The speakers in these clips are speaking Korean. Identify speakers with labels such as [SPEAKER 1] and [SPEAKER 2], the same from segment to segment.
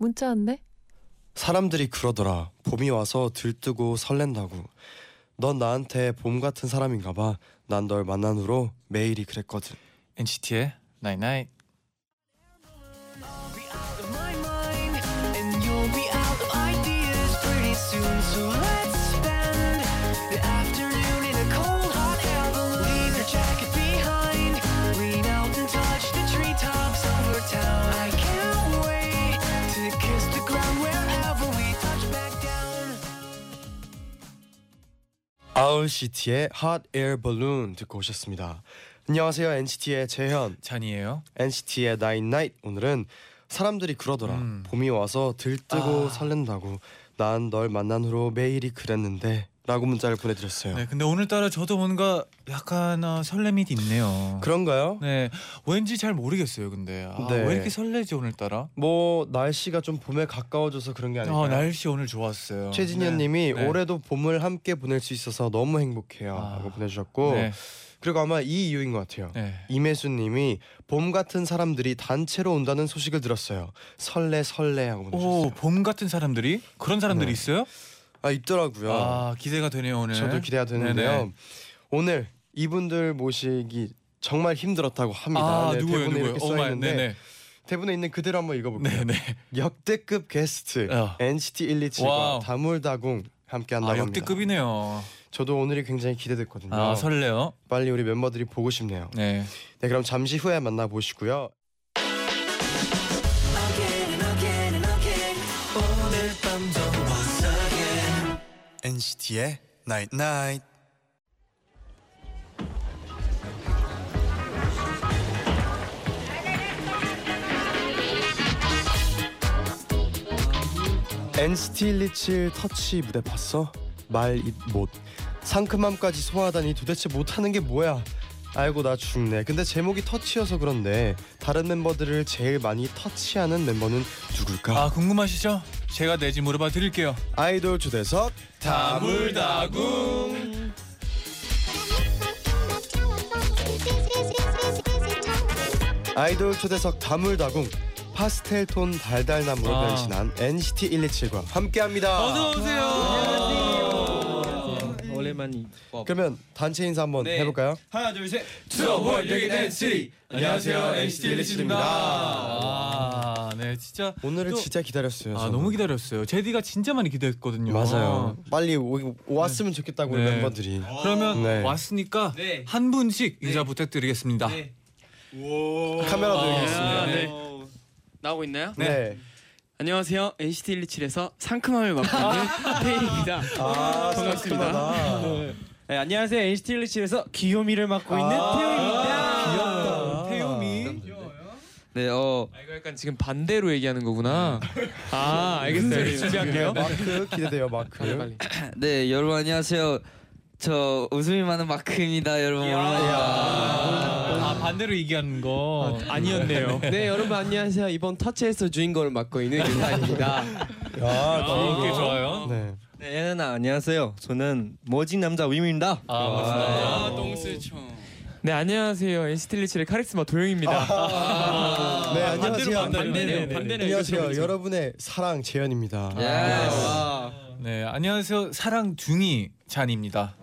[SPEAKER 1] 문자 왔네.
[SPEAKER 2] 사람들이 그러더라. 봄이 와서 들뜨고 설렌다고. 넌 나한테 봄 같은 사람인가 봐. 난 널 만난 후로 매일이 그랬거든.
[SPEAKER 3] NCT의 Night Night
[SPEAKER 2] 아울시티의 Hot Air Balloon 듣고 오셨습니다. 안녕하세요. NCT의 재현,
[SPEAKER 3] 잔이에요
[SPEAKER 2] NCT의 Nine Night. 오늘은 사람들이 그러더라.
[SPEAKER 3] 음.
[SPEAKER 2] 봄이 와서 들뜨고
[SPEAKER 3] 아.
[SPEAKER 2] 설렌다고. 난 널 만난 후로 매일이 그랬는데라고 문자를 보내드렸어요.
[SPEAKER 3] 네, 근데 오늘따라 저도 뭔가 약간 어, 설렘이 있네요.
[SPEAKER 2] 그런가요?
[SPEAKER 3] 네, 왠지 잘 모르겠어요. 근데 아,
[SPEAKER 2] 네.
[SPEAKER 3] 왜 이렇게 설레지 오늘따라?
[SPEAKER 2] 뭐 날씨가 좀 봄에 가까워져서 그런 게 아닐까요?
[SPEAKER 3] 아, 날씨 오늘 좋았어요.
[SPEAKER 2] 네. 최진현님이
[SPEAKER 3] 네.
[SPEAKER 2] 올해도 봄을 함께 보낼 수 있어서 너무
[SPEAKER 3] 아.
[SPEAKER 2] 행복해요라고 보내주셨고
[SPEAKER 3] 네,
[SPEAKER 2] 그리고 아마 이 이유인 것 같아요.
[SPEAKER 3] 네.
[SPEAKER 2] 이매수님이 봄 같은 사람들이 단체로 온다는 소식을 들었어요. 설레 설레 하고 보내주셨어요.
[SPEAKER 3] 오봄 같은 사람들이 그런 사람들이
[SPEAKER 2] 네.
[SPEAKER 3] 있어요?
[SPEAKER 2] 아 있더라고요.
[SPEAKER 3] 아 기대가 되네요 오늘.
[SPEAKER 2] 저도 기대가 되는데요.
[SPEAKER 3] 네네.
[SPEAKER 2] 오늘 이분들 모시기 정말 힘들었다고 합니다.
[SPEAKER 3] 아
[SPEAKER 2] 네,
[SPEAKER 3] 누구예요
[SPEAKER 2] 대본에
[SPEAKER 3] 누구예요?
[SPEAKER 2] 이렇게
[SPEAKER 3] 오
[SPEAKER 2] 써
[SPEAKER 3] 마이
[SPEAKER 2] 있는데
[SPEAKER 3] 네네
[SPEAKER 2] 대본에 있는 그대로 한번 읽어볼게요.
[SPEAKER 3] 네네. 아,
[SPEAKER 2] 역대급 게스트
[SPEAKER 3] 어.
[SPEAKER 2] NCT 127과
[SPEAKER 3] 와우.
[SPEAKER 2] 다물다궁 함께한다고
[SPEAKER 3] 아
[SPEAKER 2] 합니다.
[SPEAKER 3] 역대급이네요.
[SPEAKER 2] 저도 오늘이 굉장히 기대됐거든요.
[SPEAKER 3] 아 설레요.
[SPEAKER 2] 빨리 우리 멤버들이 보고 싶네요.
[SPEAKER 3] 네.
[SPEAKER 2] 네, 그럼 잠시 후에 만나보시고요. NCT의 Night Night. NCT 127 터치 무대 봤어? 말 입 못. 상큼함까지 소화하다니 도대체 못하는 게 뭐야? 아이고 나 죽네. 근데 제목이 터치여서 그런데 다른 멤버들을 제일 많이 터치하는 멤버는 누굴까?
[SPEAKER 3] 아 궁금하시죠? 제가 내지 물어봐 드릴게요.
[SPEAKER 2] 아이돌 초대석
[SPEAKER 3] 다물다궁.
[SPEAKER 2] 아이돌 초대석 다물다궁 파스텔 톤 달달나무로
[SPEAKER 3] 아.
[SPEAKER 2] 변신한 NCT 127과 함께합니다.
[SPEAKER 3] 어서 오세요.
[SPEAKER 4] 오랜만이
[SPEAKER 2] 그러면 단체 인사 한번
[SPEAKER 4] 네.
[SPEAKER 2] 해볼까요?
[SPEAKER 4] 하나 둘셋
[SPEAKER 3] 투더월 여기 NCT.
[SPEAKER 4] 안녕하세요, NCT 127 입니다.
[SPEAKER 3] 아, 네 진짜
[SPEAKER 2] 오늘을
[SPEAKER 3] 또-
[SPEAKER 2] 진짜 기다렸어요.
[SPEAKER 3] 아
[SPEAKER 2] 저는.
[SPEAKER 3] 너무 기다렸어요. 제디가 진짜 많이 기대했거든요.
[SPEAKER 2] 맞아요. 빨리 오, 왔으면 좋겠다고 우리
[SPEAKER 3] 네.
[SPEAKER 2] 멤버들이.
[SPEAKER 3] 그러면
[SPEAKER 2] 네.
[SPEAKER 3] 왔으니까
[SPEAKER 4] 네.
[SPEAKER 3] 한 분씩 인사 부탁드리겠습니다.
[SPEAKER 4] 네.
[SPEAKER 2] 카메라 드리겠습니다.
[SPEAKER 3] 아, 네.
[SPEAKER 5] 나오고 있나요?
[SPEAKER 2] 네.
[SPEAKER 5] 안녕하세요. NCT 127에서 상큼함을 맡고 있는 페이입니다.
[SPEAKER 2] 아,
[SPEAKER 5] 반갑습니다.
[SPEAKER 2] 상큼하다.
[SPEAKER 4] 네, 안녕하세요 NCT 127에서 귀요미를 맡고 있는
[SPEAKER 2] 아,
[SPEAKER 4] 태용입니다
[SPEAKER 2] 귀엽다.
[SPEAKER 4] 태용이
[SPEAKER 5] 네, 어. 아, 이거 약간 지금 반대로 얘기하는 거구나. 아, 알겠어요. 준비할게요.
[SPEAKER 2] 마크 기대돼요, 마크.
[SPEAKER 6] 네 여러분 안녕하세요. 저 웃음이 많은 마크입니다 여러분.
[SPEAKER 3] 아 반대로 얘기하는 거 아니었네요.
[SPEAKER 4] 네 여러분 안녕하세요 이번 터치에서 주인공을 맡고 있는 윤타입니다
[SPEAKER 2] 야, 너무
[SPEAKER 3] 이게 좋아요.
[SPEAKER 2] 네.
[SPEAKER 6] 네 예나 안녕하세요. 저는 멋진 남자 위민입니다.
[SPEAKER 3] 아 멋있다.
[SPEAKER 5] 동슬청. 네, 안녕하세요. NCT 127의 카리스마 도영입니다.
[SPEAKER 3] 아,
[SPEAKER 2] 네,
[SPEAKER 3] 반대로,
[SPEAKER 2] 안녕하세요.
[SPEAKER 3] 반대로. 예. 반대네요, 반대네요.
[SPEAKER 2] 안녕하세요. 여러분의 사랑 재현입니다.
[SPEAKER 3] 아,
[SPEAKER 6] 예.
[SPEAKER 3] 네 안녕하세요 사랑 중이 잔입니다.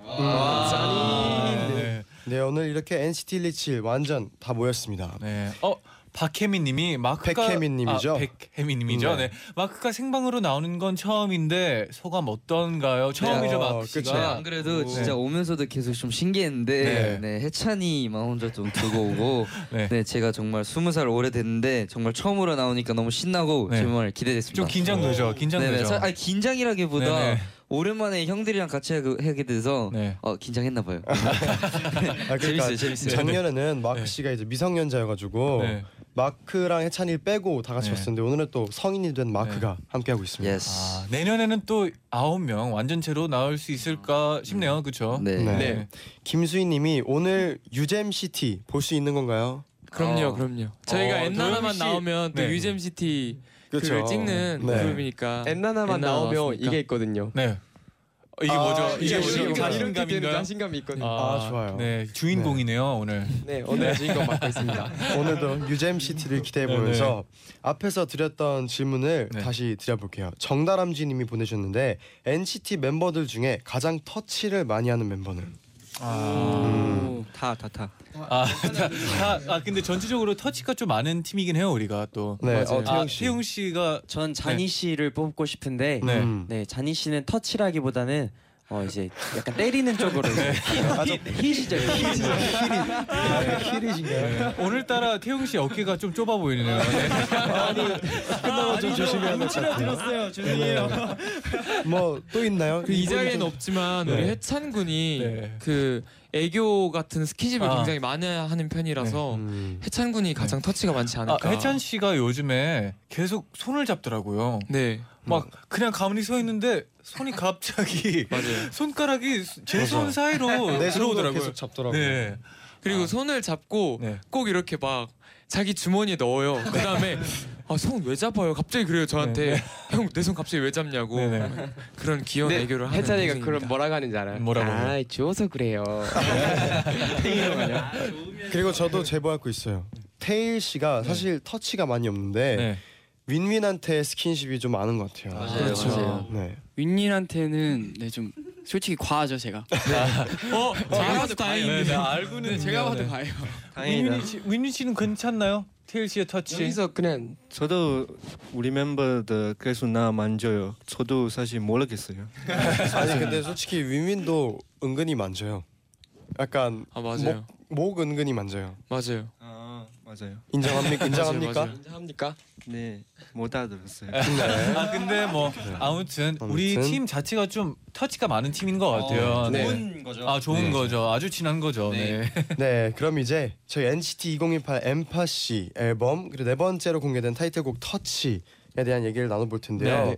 [SPEAKER 3] 아, 네.
[SPEAKER 2] 네, 오늘 이렇게 NCT 127 완전 다 모였습니다. 아,
[SPEAKER 3] 네. 어 박혜민님이 마크가
[SPEAKER 2] 백혜민님이죠?
[SPEAKER 3] 아, 백혜민님이죠. 네.
[SPEAKER 2] 네.
[SPEAKER 3] 마크가 생방으로 나오는 건 처음인데 소감 어떤가요? 처음이죠,
[SPEAKER 2] 어,
[SPEAKER 3] 마크
[SPEAKER 2] 그쵸.
[SPEAKER 6] 네,
[SPEAKER 3] 씨가.
[SPEAKER 6] 안 그래도 진짜 오면서도 계속 좀 신기했는데
[SPEAKER 3] 네.
[SPEAKER 6] 네. 해찬이만 혼자 좀 들고 오고
[SPEAKER 3] 네.
[SPEAKER 6] 네. 제가 정말 스무 살 오래됐는데 정말 처음으로 나오니까 너무 신나고
[SPEAKER 3] 네.
[SPEAKER 6] 정말 기대됐습니다.
[SPEAKER 3] 좀
[SPEAKER 2] 어.
[SPEAKER 3] 긴장되죠,
[SPEAKER 6] 네네.
[SPEAKER 3] 긴장되죠.
[SPEAKER 6] 사- 아니, 긴장이라기보다
[SPEAKER 3] 네네.
[SPEAKER 6] 오랜만에 형들이랑 같이 하게 하게 돼서
[SPEAKER 3] 네.
[SPEAKER 6] 어 긴장했나 봐요.
[SPEAKER 2] 아, 그러니까
[SPEAKER 6] 재밌어요, 재밌어요.
[SPEAKER 2] 작년에는 마크
[SPEAKER 3] 네.
[SPEAKER 2] 씨가 이제 미성년자여가지고
[SPEAKER 3] 네.
[SPEAKER 2] 마크랑 해찬이 빼고 다 같이
[SPEAKER 3] 네.
[SPEAKER 2] 왔었는데 오늘은 또 성인이 된 마크가 함께하고 있습니다.
[SPEAKER 6] 예스.
[SPEAKER 3] 아, 내년에는 또 아홉 명 완전체로 나올 수 있을까 싶네요. 그렇죠?
[SPEAKER 6] 네.
[SPEAKER 2] 네.
[SPEAKER 5] 네.
[SPEAKER 2] 김수희님이 오늘 유잼 시티 볼 수 있는 건가요?
[SPEAKER 5] 그럼요,
[SPEAKER 6] 어.
[SPEAKER 5] 그럼요. 저희가
[SPEAKER 3] 어,
[SPEAKER 5] 엔나나만
[SPEAKER 3] 도영 씨.
[SPEAKER 5] 나오면 또
[SPEAKER 3] 네.
[SPEAKER 5] 유잼 시티 그걸
[SPEAKER 2] 그쵸.
[SPEAKER 5] 찍는
[SPEAKER 2] 네.
[SPEAKER 5] 그룹이니까.
[SPEAKER 4] 엔나나만
[SPEAKER 5] 엔나나
[SPEAKER 4] 나오면
[SPEAKER 5] 나왔으니까.
[SPEAKER 4] 이게 있거든요.
[SPEAKER 3] 네. 어, 이게
[SPEAKER 2] 아,
[SPEAKER 3] 뭐죠?
[SPEAKER 2] 이게
[SPEAKER 3] 이게
[SPEAKER 2] 뭐죠?
[SPEAKER 3] 뭐죠?
[SPEAKER 2] 이게
[SPEAKER 4] 자신감인가요?
[SPEAKER 3] 자신감인가요?
[SPEAKER 4] 자신감이 있거든요.
[SPEAKER 2] 아, 좋아요.
[SPEAKER 3] 네, 주인공이네요 오늘.
[SPEAKER 4] 네 오늘 주인공 맡고 있습니다.
[SPEAKER 2] 오늘도 유잼 시티를 기대해 보면서 앞에서 드렸던 질문을
[SPEAKER 3] 네.
[SPEAKER 2] 다시 드려볼게요. 정다람쥐님이 보내주셨는데 NCT 멤버들 중에 가장 터치를 많이 하는 멤버는
[SPEAKER 5] 음.
[SPEAKER 3] 아,
[SPEAKER 6] 다, 다, 다.
[SPEAKER 3] 아, 다, 다, 아 근데 전체적으로 터치가 좀 많은 팀이긴 해요 우리가 또.
[SPEAKER 2] 네,
[SPEAKER 4] 맞아요.
[SPEAKER 2] 어, 태용
[SPEAKER 3] 아,
[SPEAKER 2] 씨.
[SPEAKER 3] 태용 씨가
[SPEAKER 1] 전
[SPEAKER 5] 네.
[SPEAKER 1] 자니 씨를 뽑고 싶은데
[SPEAKER 3] 네.
[SPEAKER 2] 음.
[SPEAKER 1] 네 자니 씨는 터치라기보다는 어 이제 약간 때리는 쪽으로
[SPEAKER 5] 네.
[SPEAKER 1] 이제
[SPEAKER 2] 아주
[SPEAKER 1] 힐이죠 힐.
[SPEAKER 2] 힐이신가요?
[SPEAKER 3] 오늘따라 태용 씨 어깨가 좀 좁아 보이네요. 아, 네.
[SPEAKER 2] 끝나고 좀 조심해야 될 것 같아요. 예.
[SPEAKER 1] 들었어요 죄송해요.
[SPEAKER 2] 뭐또 있나
[SPEAKER 5] 그 이자리에는 없지만 우리
[SPEAKER 2] 네.
[SPEAKER 5] 해찬 군이
[SPEAKER 3] 네.
[SPEAKER 5] 그 애교 같은 스킨십을
[SPEAKER 3] 아.
[SPEAKER 5] 굉장히 많이 하는 편이라서
[SPEAKER 2] 음.
[SPEAKER 5] 해찬 군이 가장 터치가 많지
[SPEAKER 3] 아,
[SPEAKER 5] 않을까.
[SPEAKER 3] 해찬 씨가 요즘에 계속 손을 잡더라고요.
[SPEAKER 5] 네,
[SPEAKER 2] 음.
[SPEAKER 3] 막 그냥 가만히 서 있는데 손이 갑자기
[SPEAKER 5] 맞아요.
[SPEAKER 3] 손가락이 제
[SPEAKER 2] 맞아.
[SPEAKER 3] 손 사이로
[SPEAKER 2] 내 손으로
[SPEAKER 3] 네, 들어오더라고요.
[SPEAKER 2] 네, 계속 잡더라고요.
[SPEAKER 3] 네.
[SPEAKER 5] 그리고
[SPEAKER 3] 아.
[SPEAKER 5] 손을 잡고
[SPEAKER 3] 네.
[SPEAKER 5] 꼭 이렇게 막 자기 주머니에 넣어요. 그 다음에 아, 손 왜 잡아요? 갑자기 그래요 저한테 형 내 손 갑자기 왜 잡냐고
[SPEAKER 3] 네네.
[SPEAKER 5] 그런 귀여운
[SPEAKER 4] 근데
[SPEAKER 5] 애교를 하는
[SPEAKER 4] 해찬이가 그럼
[SPEAKER 5] 동생입니다.
[SPEAKER 4] 뭐라고 하는지 알아요?
[SPEAKER 3] 뭐라고
[SPEAKER 4] 아,
[SPEAKER 3] 해요?
[SPEAKER 4] 좋아서 그래요. 네.
[SPEAKER 5] 네.
[SPEAKER 2] 그리고 저도 제보하고 있어요. 태일 씨가 사실 터치가 많이 없는데
[SPEAKER 3] 네.
[SPEAKER 2] 윈윈한테 스킨십이 좀 많은 것 같아요.
[SPEAKER 6] 맞아요, 그렇죠.
[SPEAKER 3] 맞아요.
[SPEAKER 2] 네.
[SPEAKER 7] 윈님한테는 네 좀 솔직히 과하죠 제가.
[SPEAKER 5] 어, 잘하서
[SPEAKER 3] 네,
[SPEAKER 5] 다행입니다.
[SPEAKER 3] 네, 알고는
[SPEAKER 7] 제가
[SPEAKER 3] 있네요.
[SPEAKER 7] 봐도
[SPEAKER 3] 네.
[SPEAKER 7] 과해요.
[SPEAKER 3] 윈윈 씨, 윈윈 씨는 괜찮나요? 테일 씨의 터치.
[SPEAKER 4] 여기서 그냥
[SPEAKER 8] 저도 우리 멤버들 계속 나 만져요. 저도 사실 모르겠어요.
[SPEAKER 2] 아니 근데 솔직히 윈윈도 은근히 만져요. 약간
[SPEAKER 5] 아 맞아요,
[SPEAKER 2] 목 은근히 만져요.
[SPEAKER 5] 맞아요.
[SPEAKER 8] 아 맞아요.
[SPEAKER 2] 인정합니까? 인정합니까?
[SPEAKER 5] 맞아요.
[SPEAKER 4] 합니까?
[SPEAKER 8] 네못 알아들었어요.
[SPEAKER 3] 아 근데 뭐 아무튼 우리
[SPEAKER 2] 아무튼.
[SPEAKER 3] 팀 자체가 좀 터치가 많은 팀인 것 같아요. 네.
[SPEAKER 6] 거죠.
[SPEAKER 3] 아 좋은 거죠. 아주 친한 거죠. 네.
[SPEAKER 2] 네, 그럼 이제 저희 NCT 2018 엠파 씨 앨범 그리고 네 번째로 공개된 타이틀곡 터치에 대한 얘기를 나눠볼 텐데요.
[SPEAKER 3] 네.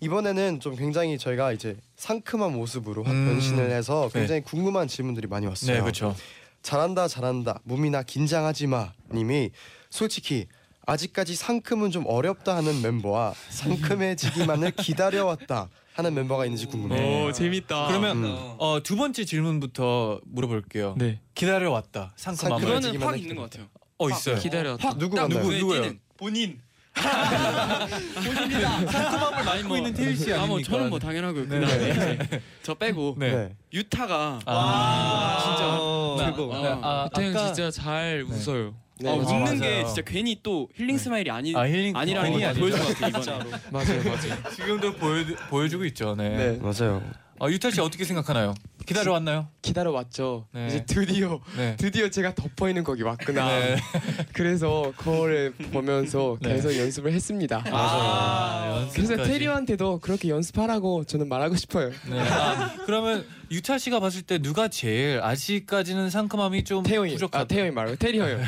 [SPEAKER 2] 이번에는 좀 굉장히 저희가 이제 상큼한 모습으로 확
[SPEAKER 3] 음.
[SPEAKER 2] 변신을 해서
[SPEAKER 3] 네.
[SPEAKER 2] 굉장히 궁금한 질문들이 많이 왔어요.
[SPEAKER 3] 네, 그렇죠.
[SPEAKER 2] 잘한다 잘한다 무민아 긴장하지 마 님이 솔직히 아직까지 상큼은 좀 어렵다 하는 멤버와 상큼해지기만을 기다려왔다 하는 멤버가 있는지 궁금해요.
[SPEAKER 5] 오 재밌다.
[SPEAKER 3] 그러면
[SPEAKER 6] 음.
[SPEAKER 3] 어, 두 번째 질문부터 물어볼게요.
[SPEAKER 5] 네,
[SPEAKER 3] 기다려왔다. 상큼함을.
[SPEAKER 2] 상큼한
[SPEAKER 7] 그거는
[SPEAKER 2] 얘기만
[SPEAKER 7] 확
[SPEAKER 2] 해.
[SPEAKER 7] 있는 것 같아요.
[SPEAKER 3] 어 있어요.
[SPEAKER 5] 기다려.
[SPEAKER 2] 어, 누구
[SPEAKER 7] 딱
[SPEAKER 2] 만나요?
[SPEAKER 7] 눈에
[SPEAKER 3] 누구예요?
[SPEAKER 7] 띄는.
[SPEAKER 3] 본인. 본인이다. 상큼함을 많이 먹고 있는 테일 씨 아닙니까?
[SPEAKER 7] 아, 뭐 저는 뭐 당연하고요. 그다음에
[SPEAKER 5] 네.
[SPEAKER 7] 이제 저 빼고
[SPEAKER 3] 네.
[SPEAKER 2] 네.
[SPEAKER 7] 유타가
[SPEAKER 3] 아,
[SPEAKER 7] 진짜
[SPEAKER 3] 최고.
[SPEAKER 7] 아,
[SPEAKER 3] 네. 아,
[SPEAKER 5] 태형
[SPEAKER 3] 아까-
[SPEAKER 5] 진짜
[SPEAKER 4] 네.
[SPEAKER 5] 잘 웃어요.
[SPEAKER 7] 아,
[SPEAKER 3] 아,
[SPEAKER 7] 웃는
[SPEAKER 3] 맞아요.
[SPEAKER 7] 게 진짜 괜히 또 힐링 스마일이 아니
[SPEAKER 3] 아 힐링
[SPEAKER 7] 아니라는
[SPEAKER 3] 힐링이
[SPEAKER 7] 걸
[SPEAKER 3] 아니죠.
[SPEAKER 7] 보여준 것 같아요 이번에.
[SPEAKER 5] 맞아요, 맞아요.
[SPEAKER 3] 지금도 보여 보여주고 있죠. 네.
[SPEAKER 4] 네.
[SPEAKER 2] 맞아요.
[SPEAKER 3] 아 유타 씨 어떻게 생각하나요? 기다려왔나요?
[SPEAKER 4] 기다려 왔죠.
[SPEAKER 3] 네.
[SPEAKER 4] 이제 드디어
[SPEAKER 3] 네.
[SPEAKER 4] 드디어 제가 덮어 있는 곡이 왔구나.
[SPEAKER 3] 네.
[SPEAKER 4] 그래서 그거를 보면서
[SPEAKER 3] 네.
[SPEAKER 4] 계속 연습을 했습니다.
[SPEAKER 7] 아,
[SPEAKER 3] 맞아요.
[SPEAKER 4] 그래서 테리한테도 그렇게 연습하라고 저는 말하고 싶어요.
[SPEAKER 3] 네. 아, 그러면 유타 씨가 봤을 때 누가 제일 아직까지는 상큼함이 좀
[SPEAKER 4] 태용이 아
[SPEAKER 3] 부족하다.
[SPEAKER 4] 태용이 말고 테리 형요.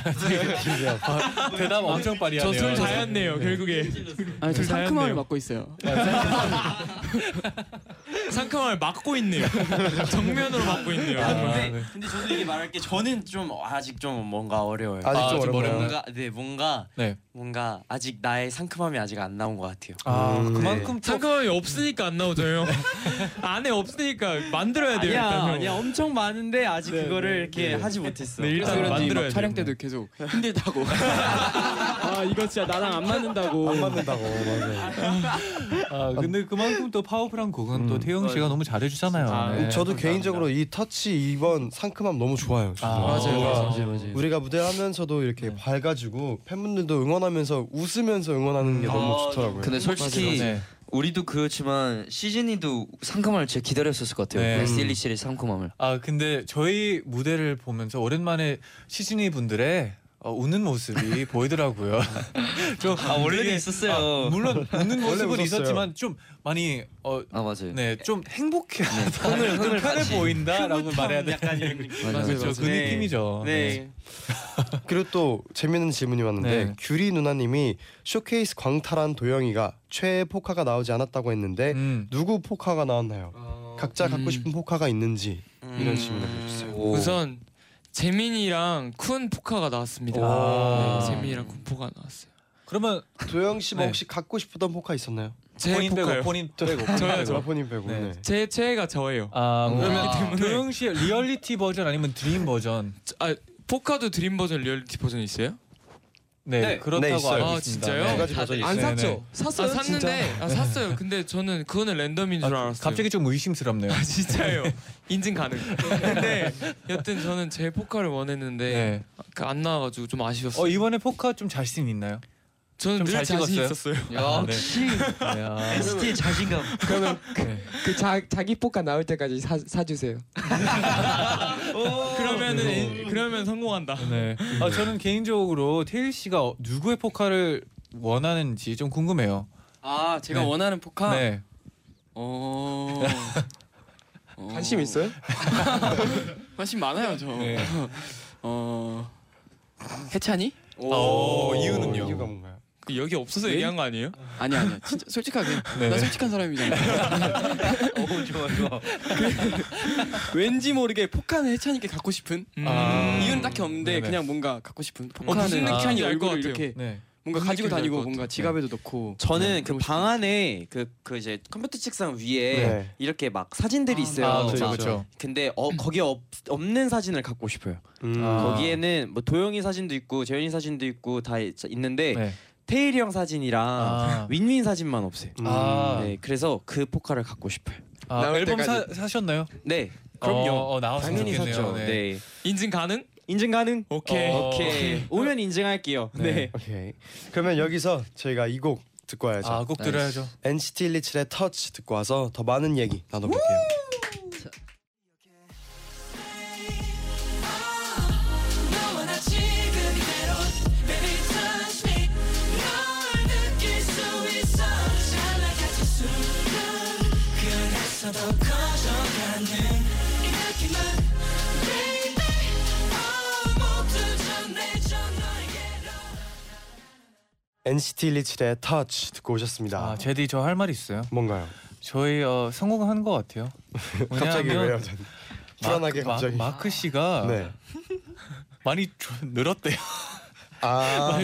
[SPEAKER 3] 대답 엄청 빠리하네요.
[SPEAKER 5] 저술 다였네요 결국에.
[SPEAKER 7] 아, 저
[SPEAKER 5] 네.
[SPEAKER 7] 상큼함을
[SPEAKER 5] 다양해요.
[SPEAKER 7] 맡고 있어요.
[SPEAKER 5] 상큼함을 막고 있네요. 정면으로 막고 있네요.
[SPEAKER 3] 아, 네.
[SPEAKER 1] 근데 저도 이게 말할 게 저는 좀 아직 좀 뭔가 어려워요.
[SPEAKER 2] 네. 아직
[SPEAKER 3] 아,
[SPEAKER 2] 좀
[SPEAKER 3] 좀
[SPEAKER 2] 어렵나요?
[SPEAKER 3] 어렵나요?
[SPEAKER 1] 뭔가 네 뭔가
[SPEAKER 3] 네.
[SPEAKER 1] 뭔가 아직 나의 상큼함이 아직 안 나온 것 같아요.
[SPEAKER 3] 아
[SPEAKER 2] 음,
[SPEAKER 3] 그만큼 또
[SPEAKER 5] 상큼함이 없으니까 안 나오죠 형. 안에 없으니까 만들어야 돼요.
[SPEAKER 1] 아니야
[SPEAKER 5] 일단, 형.
[SPEAKER 1] 아니야 엄청 많은데 아직 그거를 이렇게 하지 못했어.
[SPEAKER 5] 네, 일단
[SPEAKER 7] 그래서 그런지
[SPEAKER 5] 만들어야
[SPEAKER 7] 막 촬영
[SPEAKER 5] 돼요.
[SPEAKER 7] 때도 계속 힘들다고. 아 이거 진짜 나랑 안 맞는다고.
[SPEAKER 2] 안 맞는다고 맞아요.
[SPEAKER 3] 아, 근데 그만큼 또 파워풀한 곡은 또 태용 씨가 너무 잘해주잖아요. 네.
[SPEAKER 2] 저도 개인적으로 이 터치 이번 상큼함 너무 좋아요. 저도.
[SPEAKER 3] 아, 맞아요,
[SPEAKER 2] 뭔가
[SPEAKER 3] 맞아요. 네.
[SPEAKER 2] 우리가 무대하면서도 이렇게 밝아지고 팬분들도 응원하면서 웃으면서 응원하는 게 너무 좋더라고요.
[SPEAKER 6] 근데 솔직히
[SPEAKER 3] 네.
[SPEAKER 6] 우리도 그렇지만 시즌이도 상큼함을 제가 기다렸었을 것 같아요.
[SPEAKER 3] 네.
[SPEAKER 6] 네. 스틸리 씨의 상큼함을.
[SPEAKER 3] 아 근데 저희 무대를 보면서 오랜만에 시즈니 분들의 어, 웃는 모습이 보이더라고요. 좀
[SPEAKER 6] 아, 원래는
[SPEAKER 3] 되게-
[SPEAKER 6] 있었어요.
[SPEAKER 3] 아, 물론 웃는 모습은
[SPEAKER 2] 웃었어요.
[SPEAKER 3] 있었지만 좀 많이 어,
[SPEAKER 6] 아 맞아요.
[SPEAKER 3] 네, 좀
[SPEAKER 6] 네,
[SPEAKER 3] 행복해하다.
[SPEAKER 6] 흥을-
[SPEAKER 3] 좀
[SPEAKER 6] 흥을
[SPEAKER 3] 편해
[SPEAKER 6] 같이.
[SPEAKER 3] 보인다라고 말해야 돼. 약간 이런
[SPEAKER 6] 맞아요,
[SPEAKER 3] 그렇죠. 그
[SPEAKER 1] 네.
[SPEAKER 6] 맞아요.
[SPEAKER 3] 느낌이죠.
[SPEAKER 6] 네.
[SPEAKER 2] 그리고 또 재밌는 질문이 왔는데
[SPEAKER 3] 네.
[SPEAKER 2] 규리 누나님이 쇼케이스 광탈한 도영이가 최애 포카가 나오지 않았다고 했는데
[SPEAKER 3] 음.
[SPEAKER 2] 누구 포카가 나왔나요? 각자 갖고
[SPEAKER 5] 음.
[SPEAKER 2] 싶은 포카가 있는지 이런
[SPEAKER 6] 음.
[SPEAKER 2] 질문을 해주세요.
[SPEAKER 6] 오.
[SPEAKER 5] 우선 재민이랑 쿤 포카가 나왔습니다.
[SPEAKER 3] 오.
[SPEAKER 5] 네, 재민이랑 쿤 포카 나왔어요.
[SPEAKER 3] 그러면
[SPEAKER 2] 도영 씨뭐
[SPEAKER 3] 네.
[SPEAKER 2] 혹시 갖고 싶던 포카 있었나요?
[SPEAKER 5] 제
[SPEAKER 3] 본인 빼고
[SPEAKER 5] 포카요.
[SPEAKER 3] 본인 빼고.
[SPEAKER 5] 저요, 저.
[SPEAKER 2] 본인 빼고.
[SPEAKER 3] 네.
[SPEAKER 2] 네.
[SPEAKER 5] 제 최애가 저예요.
[SPEAKER 3] 아,
[SPEAKER 5] 그렇기
[SPEAKER 3] 그러면
[SPEAKER 5] 때문에-
[SPEAKER 3] 도영 씨의 리얼리티 버전 아니면 드림 버전.
[SPEAKER 5] 아 포카도 드림 버전, 리얼리티 버전 있어요?
[SPEAKER 3] 네,
[SPEAKER 2] 네,
[SPEAKER 3] 그렇다고
[SPEAKER 2] 네, 있어요.
[SPEAKER 3] 알고
[SPEAKER 5] 아,
[SPEAKER 3] 있습니다.
[SPEAKER 5] 진짜요?
[SPEAKER 2] 두 가지 버전이
[SPEAKER 5] 안
[SPEAKER 3] 네,
[SPEAKER 2] 있어요.
[SPEAKER 3] 사-
[SPEAKER 5] 샀죠? 샀어요?
[SPEAKER 4] 아, 샀는데
[SPEAKER 5] 샀는데 아, 샀어요. 근데 저는 그거는 랜덤인 줄 알았어요.
[SPEAKER 3] 아, 갑자기 좀 의심스럽네요.
[SPEAKER 5] 아 진짜예요. 인증 가능. 근데 여튼 저는 제 포카를 원했는데
[SPEAKER 3] 네.
[SPEAKER 5] 그안 나와가지고 좀 아쉬웠어요.
[SPEAKER 3] 어 이번에 포카 좀 자신 있나요?
[SPEAKER 5] 저는
[SPEAKER 3] 좀
[SPEAKER 5] 늘
[SPEAKER 3] 잘
[SPEAKER 5] 자신
[SPEAKER 3] 찍었어요?
[SPEAKER 5] 있었어요.
[SPEAKER 3] 아,
[SPEAKER 6] 야,
[SPEAKER 3] 네. 네, 아.
[SPEAKER 6] NCT의 자신감.
[SPEAKER 4] 그러면
[SPEAKER 3] 네.
[SPEAKER 4] 그 자, 자기 포카 나올 때까지 사, 사주세요.
[SPEAKER 5] 그러면은 인- 그러면 성공한다.
[SPEAKER 3] 네. 아, 저는 개인적으로 테일 씨가 어- 누구의 포카를 원하는지 좀 궁금해요.
[SPEAKER 6] 아 제가
[SPEAKER 3] 네.
[SPEAKER 6] 원하는 포카.
[SPEAKER 3] 네.
[SPEAKER 6] 어. 어.
[SPEAKER 4] 관심 있어요?
[SPEAKER 6] 관심 많아요 저.
[SPEAKER 3] 네.
[SPEAKER 6] 어. 해찬이?
[SPEAKER 3] 오, 이유는요?
[SPEAKER 2] 어, 이유가 뭔가요?
[SPEAKER 5] 그 여기
[SPEAKER 3] 예?
[SPEAKER 5] 없어서 얘기한 거 아니에요?
[SPEAKER 6] 아니 아니야 진짜 솔직하게
[SPEAKER 3] 네.
[SPEAKER 6] 나 솔직한 사람이잖아.
[SPEAKER 1] 오 좋아 좋아.
[SPEAKER 6] 왠지 모르게 포카는 해찬이께 갖고 싶은
[SPEAKER 5] 음.
[SPEAKER 1] 음.
[SPEAKER 3] 아.
[SPEAKER 6] 이유는 딱히 없는데
[SPEAKER 3] 네네.
[SPEAKER 6] 그냥 뭔가 갖고
[SPEAKER 1] 어,
[SPEAKER 6] 싶은
[SPEAKER 5] 무슨
[SPEAKER 6] 포카는 해찬이
[SPEAKER 5] 느낌인지 알것
[SPEAKER 6] 얼굴을
[SPEAKER 5] 같아요.
[SPEAKER 6] 이렇게
[SPEAKER 3] 네.
[SPEAKER 6] 뭔가
[SPEAKER 5] 무슨
[SPEAKER 6] 가지고
[SPEAKER 5] 느낌인지
[SPEAKER 6] 다니고
[SPEAKER 5] 알것
[SPEAKER 6] 뭔가 네,
[SPEAKER 5] 같아요.
[SPEAKER 6] 지갑에도 넣고
[SPEAKER 1] 저는 그 방 안에 그 그 이제 컴퓨터 책상 위에
[SPEAKER 2] 네.
[SPEAKER 1] 이렇게 막 사진들이 있어요.
[SPEAKER 6] 네.
[SPEAKER 3] 아,
[SPEAKER 1] 막.
[SPEAKER 3] 그렇죠. 그렇죠.
[SPEAKER 1] 근데 어, 거기에 없, 없는 사진을 갖고 싶어요.
[SPEAKER 2] 음.
[SPEAKER 3] 아.
[SPEAKER 1] 거기에는 뭐 도영이 사진도 있고 재현이 사진도 있고 다 있- 있는데
[SPEAKER 3] 네.
[SPEAKER 1] 테일이 형 사진이랑
[SPEAKER 3] 아.
[SPEAKER 1] 윈윈 사진만 없어요.
[SPEAKER 2] 음.
[SPEAKER 3] 아.
[SPEAKER 1] 네, 그래서 그 포카를 갖고 싶어요.
[SPEAKER 3] 아,
[SPEAKER 4] 나올
[SPEAKER 3] 앨범 사,
[SPEAKER 4] 때까지.
[SPEAKER 3] 사셨나요?
[SPEAKER 1] 네, 그럼요.
[SPEAKER 3] 어, 어, 나왔으면
[SPEAKER 1] 당연히
[SPEAKER 3] 좋겠네요.
[SPEAKER 1] 샀죠.
[SPEAKER 3] 네.
[SPEAKER 1] 네.
[SPEAKER 5] 인증 가능?
[SPEAKER 1] 인증 가능.
[SPEAKER 5] 오케이.
[SPEAKER 3] 어.
[SPEAKER 1] 오케이. 오면 인증할게요.
[SPEAKER 3] 네.
[SPEAKER 1] 네.
[SPEAKER 2] 오케이. 그러면 여기서 저희가 이 곡 듣고 와야죠.
[SPEAKER 3] 아, 꼭 들어야죠.
[SPEAKER 2] NCT 127의 터치 듣고 와서 더 많은 얘기 나눠볼게요.
[SPEAKER 9] 너와 나 지금 이대로 Baby touch me 널 느낄 수 있어 잘나가지 순간 그래서 더 커져가는 이 느낌은 Baby oh 모두 전해줘 너에게로
[SPEAKER 2] NCT 127의 터치 듣고 오셨습니다.
[SPEAKER 3] 아, 제디 저 할 말 있어요.
[SPEAKER 2] 뭔가요?
[SPEAKER 3] 저희 어, 성공한 것 같아요.
[SPEAKER 2] 갑자기
[SPEAKER 3] 왜냐하면
[SPEAKER 2] 왜요? 저는? 불안하게
[SPEAKER 3] 마-
[SPEAKER 2] 갑자기.
[SPEAKER 3] 마, 마크 씨가
[SPEAKER 2] 네.
[SPEAKER 3] 많이 조- 늘었대요.
[SPEAKER 2] 아,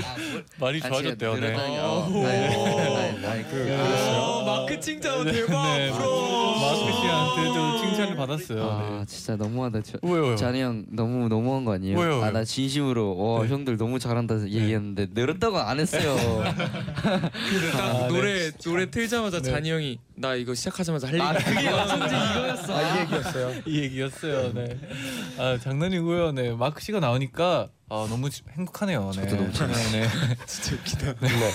[SPEAKER 3] 많이 좋아졌대요. 네.
[SPEAKER 6] 아, 네.
[SPEAKER 2] 그,
[SPEAKER 5] 어, 마크 칭찬 대박.
[SPEAKER 3] 네. 마크 씨한테 좀 칭찬을 받았어요.
[SPEAKER 6] 아
[SPEAKER 3] 네.
[SPEAKER 6] 진짜 너무하다 저
[SPEAKER 3] 왜요? 왜요?
[SPEAKER 6] 잔이 형 너무 너무한 거 아니에요?
[SPEAKER 3] 왜요, 네. 왜요?
[SPEAKER 6] 아나 진심으로 와 형들 너무 잘한다 얘기했는데 늘었다고 안 했어요.
[SPEAKER 5] 딱
[SPEAKER 3] 아, 네.
[SPEAKER 5] 노래 노래 틀자마자 잔이 형이 나 이거 시작하자마자 할
[SPEAKER 3] 아,
[SPEAKER 5] 얘기.
[SPEAKER 6] 그게 어쩐지 이거였어.
[SPEAKER 2] 아, 이 얘기였어요.
[SPEAKER 3] 이 얘기였어요. 네. 아 장난이고요. 네 마크 씨가 나오니까 아, 너무 지- 행복하네요. 네. 저도 너무 재밌어요. 네.
[SPEAKER 2] 네.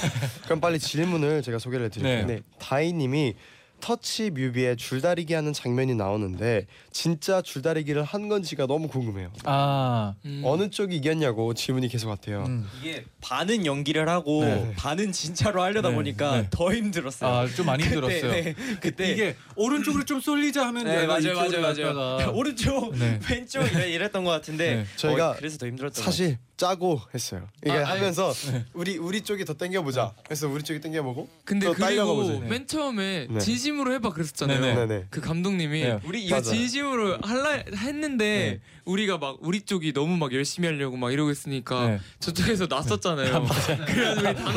[SPEAKER 2] 그럼 빨리 질문을 제가 소개를 해드릴게요.
[SPEAKER 3] 네.
[SPEAKER 2] 다희님이 터치 뮤비에 줄다리기 하는 장면이 나오는데 진짜 줄다리기를 한 건지가 너무 궁금해요.
[SPEAKER 3] 아
[SPEAKER 5] 음.
[SPEAKER 2] 어느 쪽이 이겼냐고 질문이 계속 왔대요.
[SPEAKER 3] 음.
[SPEAKER 1] 이게 반은 연기를 하고
[SPEAKER 2] 네.
[SPEAKER 1] 반은 진짜로 하려다
[SPEAKER 3] 네.
[SPEAKER 1] 보니까
[SPEAKER 3] 네.
[SPEAKER 1] 더 힘들었어요.
[SPEAKER 3] 아좀 많이
[SPEAKER 1] 그때,
[SPEAKER 3] 힘들었어요.
[SPEAKER 1] 네. 그때
[SPEAKER 3] 이게 오른쪽으로 좀 쏠리자 하면
[SPEAKER 1] 네,
[SPEAKER 3] 내가
[SPEAKER 1] 맞아요, 맞아요,
[SPEAKER 3] 이쪽으로
[SPEAKER 1] 맞아요.
[SPEAKER 3] 갔다가
[SPEAKER 1] 오른쪽,
[SPEAKER 3] 네.
[SPEAKER 1] 왼쪽 이래- 이랬던 것 같은데
[SPEAKER 3] 네.
[SPEAKER 2] 저희가
[SPEAKER 1] 어, 그래서 더 힘들었던 것
[SPEAKER 2] 사실 짜고 했어요. 이게 하면서 우리 우리 쪽이 더 당겨보자. 그래서 우리 쪽이 당겨보고
[SPEAKER 5] 근데
[SPEAKER 2] 또 딸려가
[SPEAKER 5] 그리고
[SPEAKER 2] 보세요.
[SPEAKER 5] 맨 처음에
[SPEAKER 2] 네.
[SPEAKER 5] 진심으로 해봐 그랬었잖아요.
[SPEAKER 3] 네.
[SPEAKER 2] 네네.
[SPEAKER 5] 그 감독님이
[SPEAKER 3] 네.
[SPEAKER 1] 우리
[SPEAKER 5] 이거
[SPEAKER 2] 맞아요.
[SPEAKER 5] 진심으로 할라 했는데 우리가 막 우리 쪽이 너무 막 열심히 하려고 막 이러고 있으니까
[SPEAKER 3] 네.
[SPEAKER 5] 저쪽에서 났었잖아요. 그래서 우리 다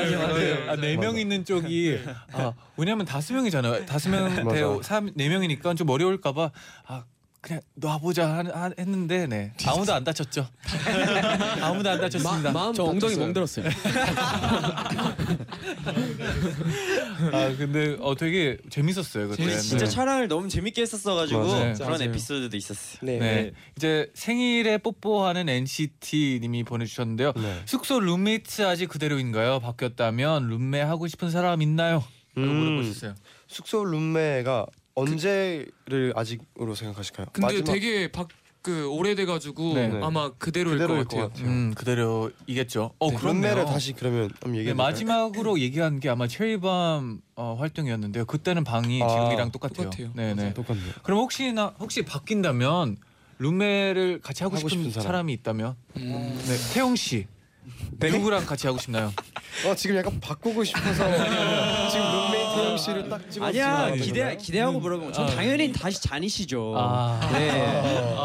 [SPEAKER 5] 넘어졌잖아요.
[SPEAKER 3] 아네명 있는 쪽이 아 왜냐면 다섯 명이잖아요. 다섯 명대
[SPEAKER 2] 맞아.
[SPEAKER 3] 삼네 명이니까 좀 어려울까봐 아 그냥 놔보자 하, 하, 했는데 네 아무도 안 다쳤죠. 아무도 안 다쳤습니다.
[SPEAKER 4] 마음
[SPEAKER 7] 저 엉덩이
[SPEAKER 4] 다쳤어요.
[SPEAKER 7] 멍들었어요.
[SPEAKER 3] 아 근데 어 되게 재밌었어요 그때.
[SPEAKER 1] 같아요. 진짜
[SPEAKER 3] 네.
[SPEAKER 1] 촬영을 너무 재밌게 했었어가지고
[SPEAKER 3] 맞아요.
[SPEAKER 1] 그런 에피소드도 있었어요.
[SPEAKER 3] 네. 이제 생일에 뽀뽀하는 NCT 님이 보내주셨는데요.
[SPEAKER 2] 네.
[SPEAKER 3] 숙소 룸메이트 아직 그대로인가요? 바뀌었다면 룸메 하고 싶은 사람 있나요? 라고
[SPEAKER 2] 음.
[SPEAKER 3] 물어보셨어요.
[SPEAKER 2] 숙소 룸메가 언제를 아직으로 생각하실까요?
[SPEAKER 5] 근데
[SPEAKER 2] 마지막-
[SPEAKER 5] 되게 바, 그 오래돼가지고
[SPEAKER 2] 네.
[SPEAKER 5] 아마 그대로일
[SPEAKER 2] 그대로일
[SPEAKER 5] 것 같아요.
[SPEAKER 2] 것 같아요.
[SPEAKER 3] 음 그대로이겠죠. 어
[SPEAKER 2] 룸메를
[SPEAKER 3] 그렇네요.
[SPEAKER 2] 다시 그러면 한번 얘기해
[SPEAKER 3] 네, 마지막으로 얘기한 게 아마 체리밤 어, 활동이었는데요. 그때는 방이
[SPEAKER 2] 아,
[SPEAKER 3] 지금이랑 똑같아요.
[SPEAKER 5] 똑같아요.
[SPEAKER 3] 네네.
[SPEAKER 2] 똑같네요.
[SPEAKER 3] 그럼 혹시나 혹시 바뀐다면 룸메를 같이 하고
[SPEAKER 2] 하고
[SPEAKER 3] 싶은,
[SPEAKER 2] 싶은 사람. 음.
[SPEAKER 3] 사람. 이 있다면 네 태용 씨
[SPEAKER 2] 네.
[SPEAKER 3] 누구랑 같이 하고 싶나요?
[SPEAKER 2] 어 지금 약간 바꾸고 싶어서 지금 룸메인 태영 씨를 딱 네. 찍었어요.
[SPEAKER 7] 아니야 기대
[SPEAKER 3] 음.
[SPEAKER 7] 기대하고 물어본
[SPEAKER 3] 아.
[SPEAKER 7] 거전 당연히 다시 잔이시죠. 네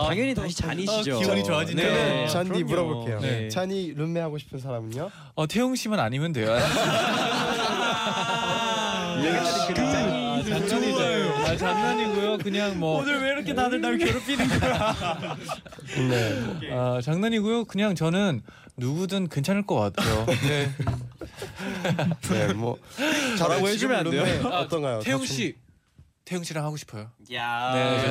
[SPEAKER 7] 당연히 다시 잔이시죠.
[SPEAKER 3] 아, 기분이 좋아지네요.
[SPEAKER 7] 네,
[SPEAKER 2] 잔디
[SPEAKER 7] 그럼요.
[SPEAKER 2] 물어볼게요.
[SPEAKER 7] 네.
[SPEAKER 2] 잔이 룸메 하고 싶은 사람은요?
[SPEAKER 3] 어 태용 씨만 아니면 돼요.
[SPEAKER 7] 그 잔이잖아요.
[SPEAKER 3] 아, 장난이고요. 그냥 뭐
[SPEAKER 7] 오늘 왜 이렇게 다들 날 괴롭히는 거야?
[SPEAKER 2] 네.
[SPEAKER 3] 아, 장난이고요. 그냥 저는 누구든 괜찮을 것 같아요. 네.
[SPEAKER 2] 네, 뭐 잘하고
[SPEAKER 7] 해주면 안 돼요?
[SPEAKER 2] 어떤가요?
[SPEAKER 3] 아, 태용 씨 태용 씨랑 하고 싶어요.
[SPEAKER 1] 아,
[SPEAKER 7] 야.
[SPEAKER 3] 네,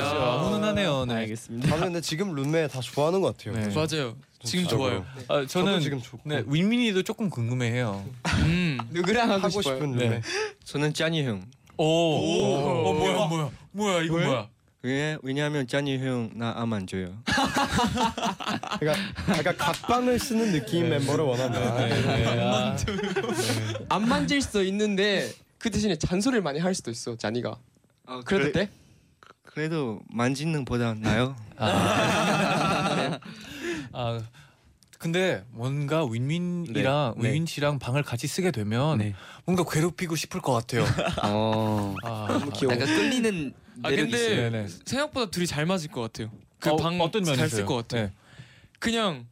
[SPEAKER 3] 훈훈하네요. 네.
[SPEAKER 7] 알겠습니다.
[SPEAKER 2] 다들 근데 지금 룸메 다 좋아하는 것 같아요.
[SPEAKER 3] 네.
[SPEAKER 5] 맞아요. 지금
[SPEAKER 2] 진짜로.
[SPEAKER 5] 좋아요.
[SPEAKER 3] 아,
[SPEAKER 2] 저는
[SPEAKER 3] 저는
[SPEAKER 2] 지금 좋고
[SPEAKER 3] 네 윈민이도 조금 궁금해해요.
[SPEAKER 5] 음.
[SPEAKER 4] 누구랑 하고,
[SPEAKER 2] 하고
[SPEAKER 4] 싶어요?
[SPEAKER 2] 싶은
[SPEAKER 3] 네.
[SPEAKER 2] 룸메.
[SPEAKER 8] 저는 짠이 형.
[SPEAKER 3] 오, 어, 뭐야 뭐야 뭐야 이거 뭐야?
[SPEAKER 8] 왜? 왜냐하면 짠이 형 나 암 안 줘요.
[SPEAKER 2] 그러니까 약간 각방을 쓰는 느낌 멤버를 원한다.
[SPEAKER 3] 아,
[SPEAKER 4] 안 만질 수도 있는데 그 대신에 잔소리를 많이 할 수도 있어 자니가.
[SPEAKER 3] 네.
[SPEAKER 8] 아,
[SPEAKER 4] 그래도 돼?
[SPEAKER 8] 그래도 만지는 보다 나요.
[SPEAKER 3] 아 근데 뭔가 윈민이랑
[SPEAKER 6] 네.
[SPEAKER 3] 윈민 씨랑 방을 같이 쓰게 되면
[SPEAKER 1] 네.
[SPEAKER 3] 뭔가 괴롭히고 싶을 것 같아요.
[SPEAKER 6] 어.
[SPEAKER 3] 아,
[SPEAKER 6] 약간 끌리는
[SPEAKER 5] 아
[SPEAKER 6] 매력이
[SPEAKER 5] 근데
[SPEAKER 6] 있어요.
[SPEAKER 3] 네네.
[SPEAKER 5] 생각보다 둘이 잘 맞을 것 같아요. 그
[SPEAKER 3] 어,
[SPEAKER 5] 방
[SPEAKER 3] 어떤
[SPEAKER 5] 잘
[SPEAKER 3] 면에서요?
[SPEAKER 5] 쓸 것 같아요.
[SPEAKER 3] 네.
[SPEAKER 5] 그냥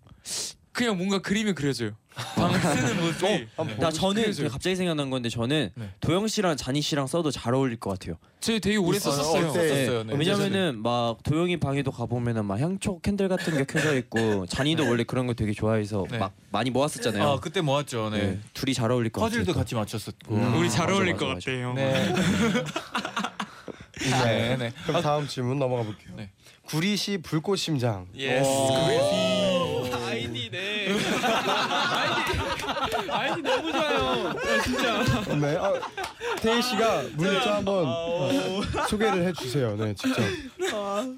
[SPEAKER 5] 그냥 뭔가 그림이 그려져요. 방 쓰는 모습이.
[SPEAKER 1] 나 저는
[SPEAKER 5] 그래서요.
[SPEAKER 1] 갑자기 생각난 건데 저는
[SPEAKER 3] 네.
[SPEAKER 1] 도영 씨랑 잔이 씨랑 써도 잘 어울릴 것 같아요.
[SPEAKER 5] 저희 되게 오래
[SPEAKER 3] 있어요.
[SPEAKER 5] 썼었어요.
[SPEAKER 2] 어때? 네.
[SPEAKER 3] 썼어요, 네.
[SPEAKER 1] 왜냐면은 막 도영이 방에도 가 보면은 막 향초 캔들 같은 게 켜져 있고 잔이도 원래 그런 거 되게 좋아해서
[SPEAKER 3] 네.
[SPEAKER 1] 막 많이 모았었잖아요.
[SPEAKER 3] 아 그때 모았죠. 네.
[SPEAKER 1] 네. 둘이 잘 어울릴 것
[SPEAKER 3] 퍼즐도
[SPEAKER 1] 같아요.
[SPEAKER 3] 같이 음. 맞췄었고.
[SPEAKER 5] 우리 잘
[SPEAKER 1] 맞아,
[SPEAKER 5] 어울릴
[SPEAKER 1] 맞아,
[SPEAKER 5] 것
[SPEAKER 1] 맞아.
[SPEAKER 5] 같아요.
[SPEAKER 3] 네.
[SPEAKER 2] 네.
[SPEAKER 3] 네.
[SPEAKER 2] 그럼 다음 질문 넘어가 볼게요.
[SPEAKER 3] 네.
[SPEAKER 2] 구리 씨 불꽃 심장.
[SPEAKER 5] 예스.
[SPEAKER 7] 아이디네. 아이디 아이디 너무 좋아요.
[SPEAKER 2] 네. 아, 태희 씨가 문자 한번 소개를 해주세요. 네, 직접.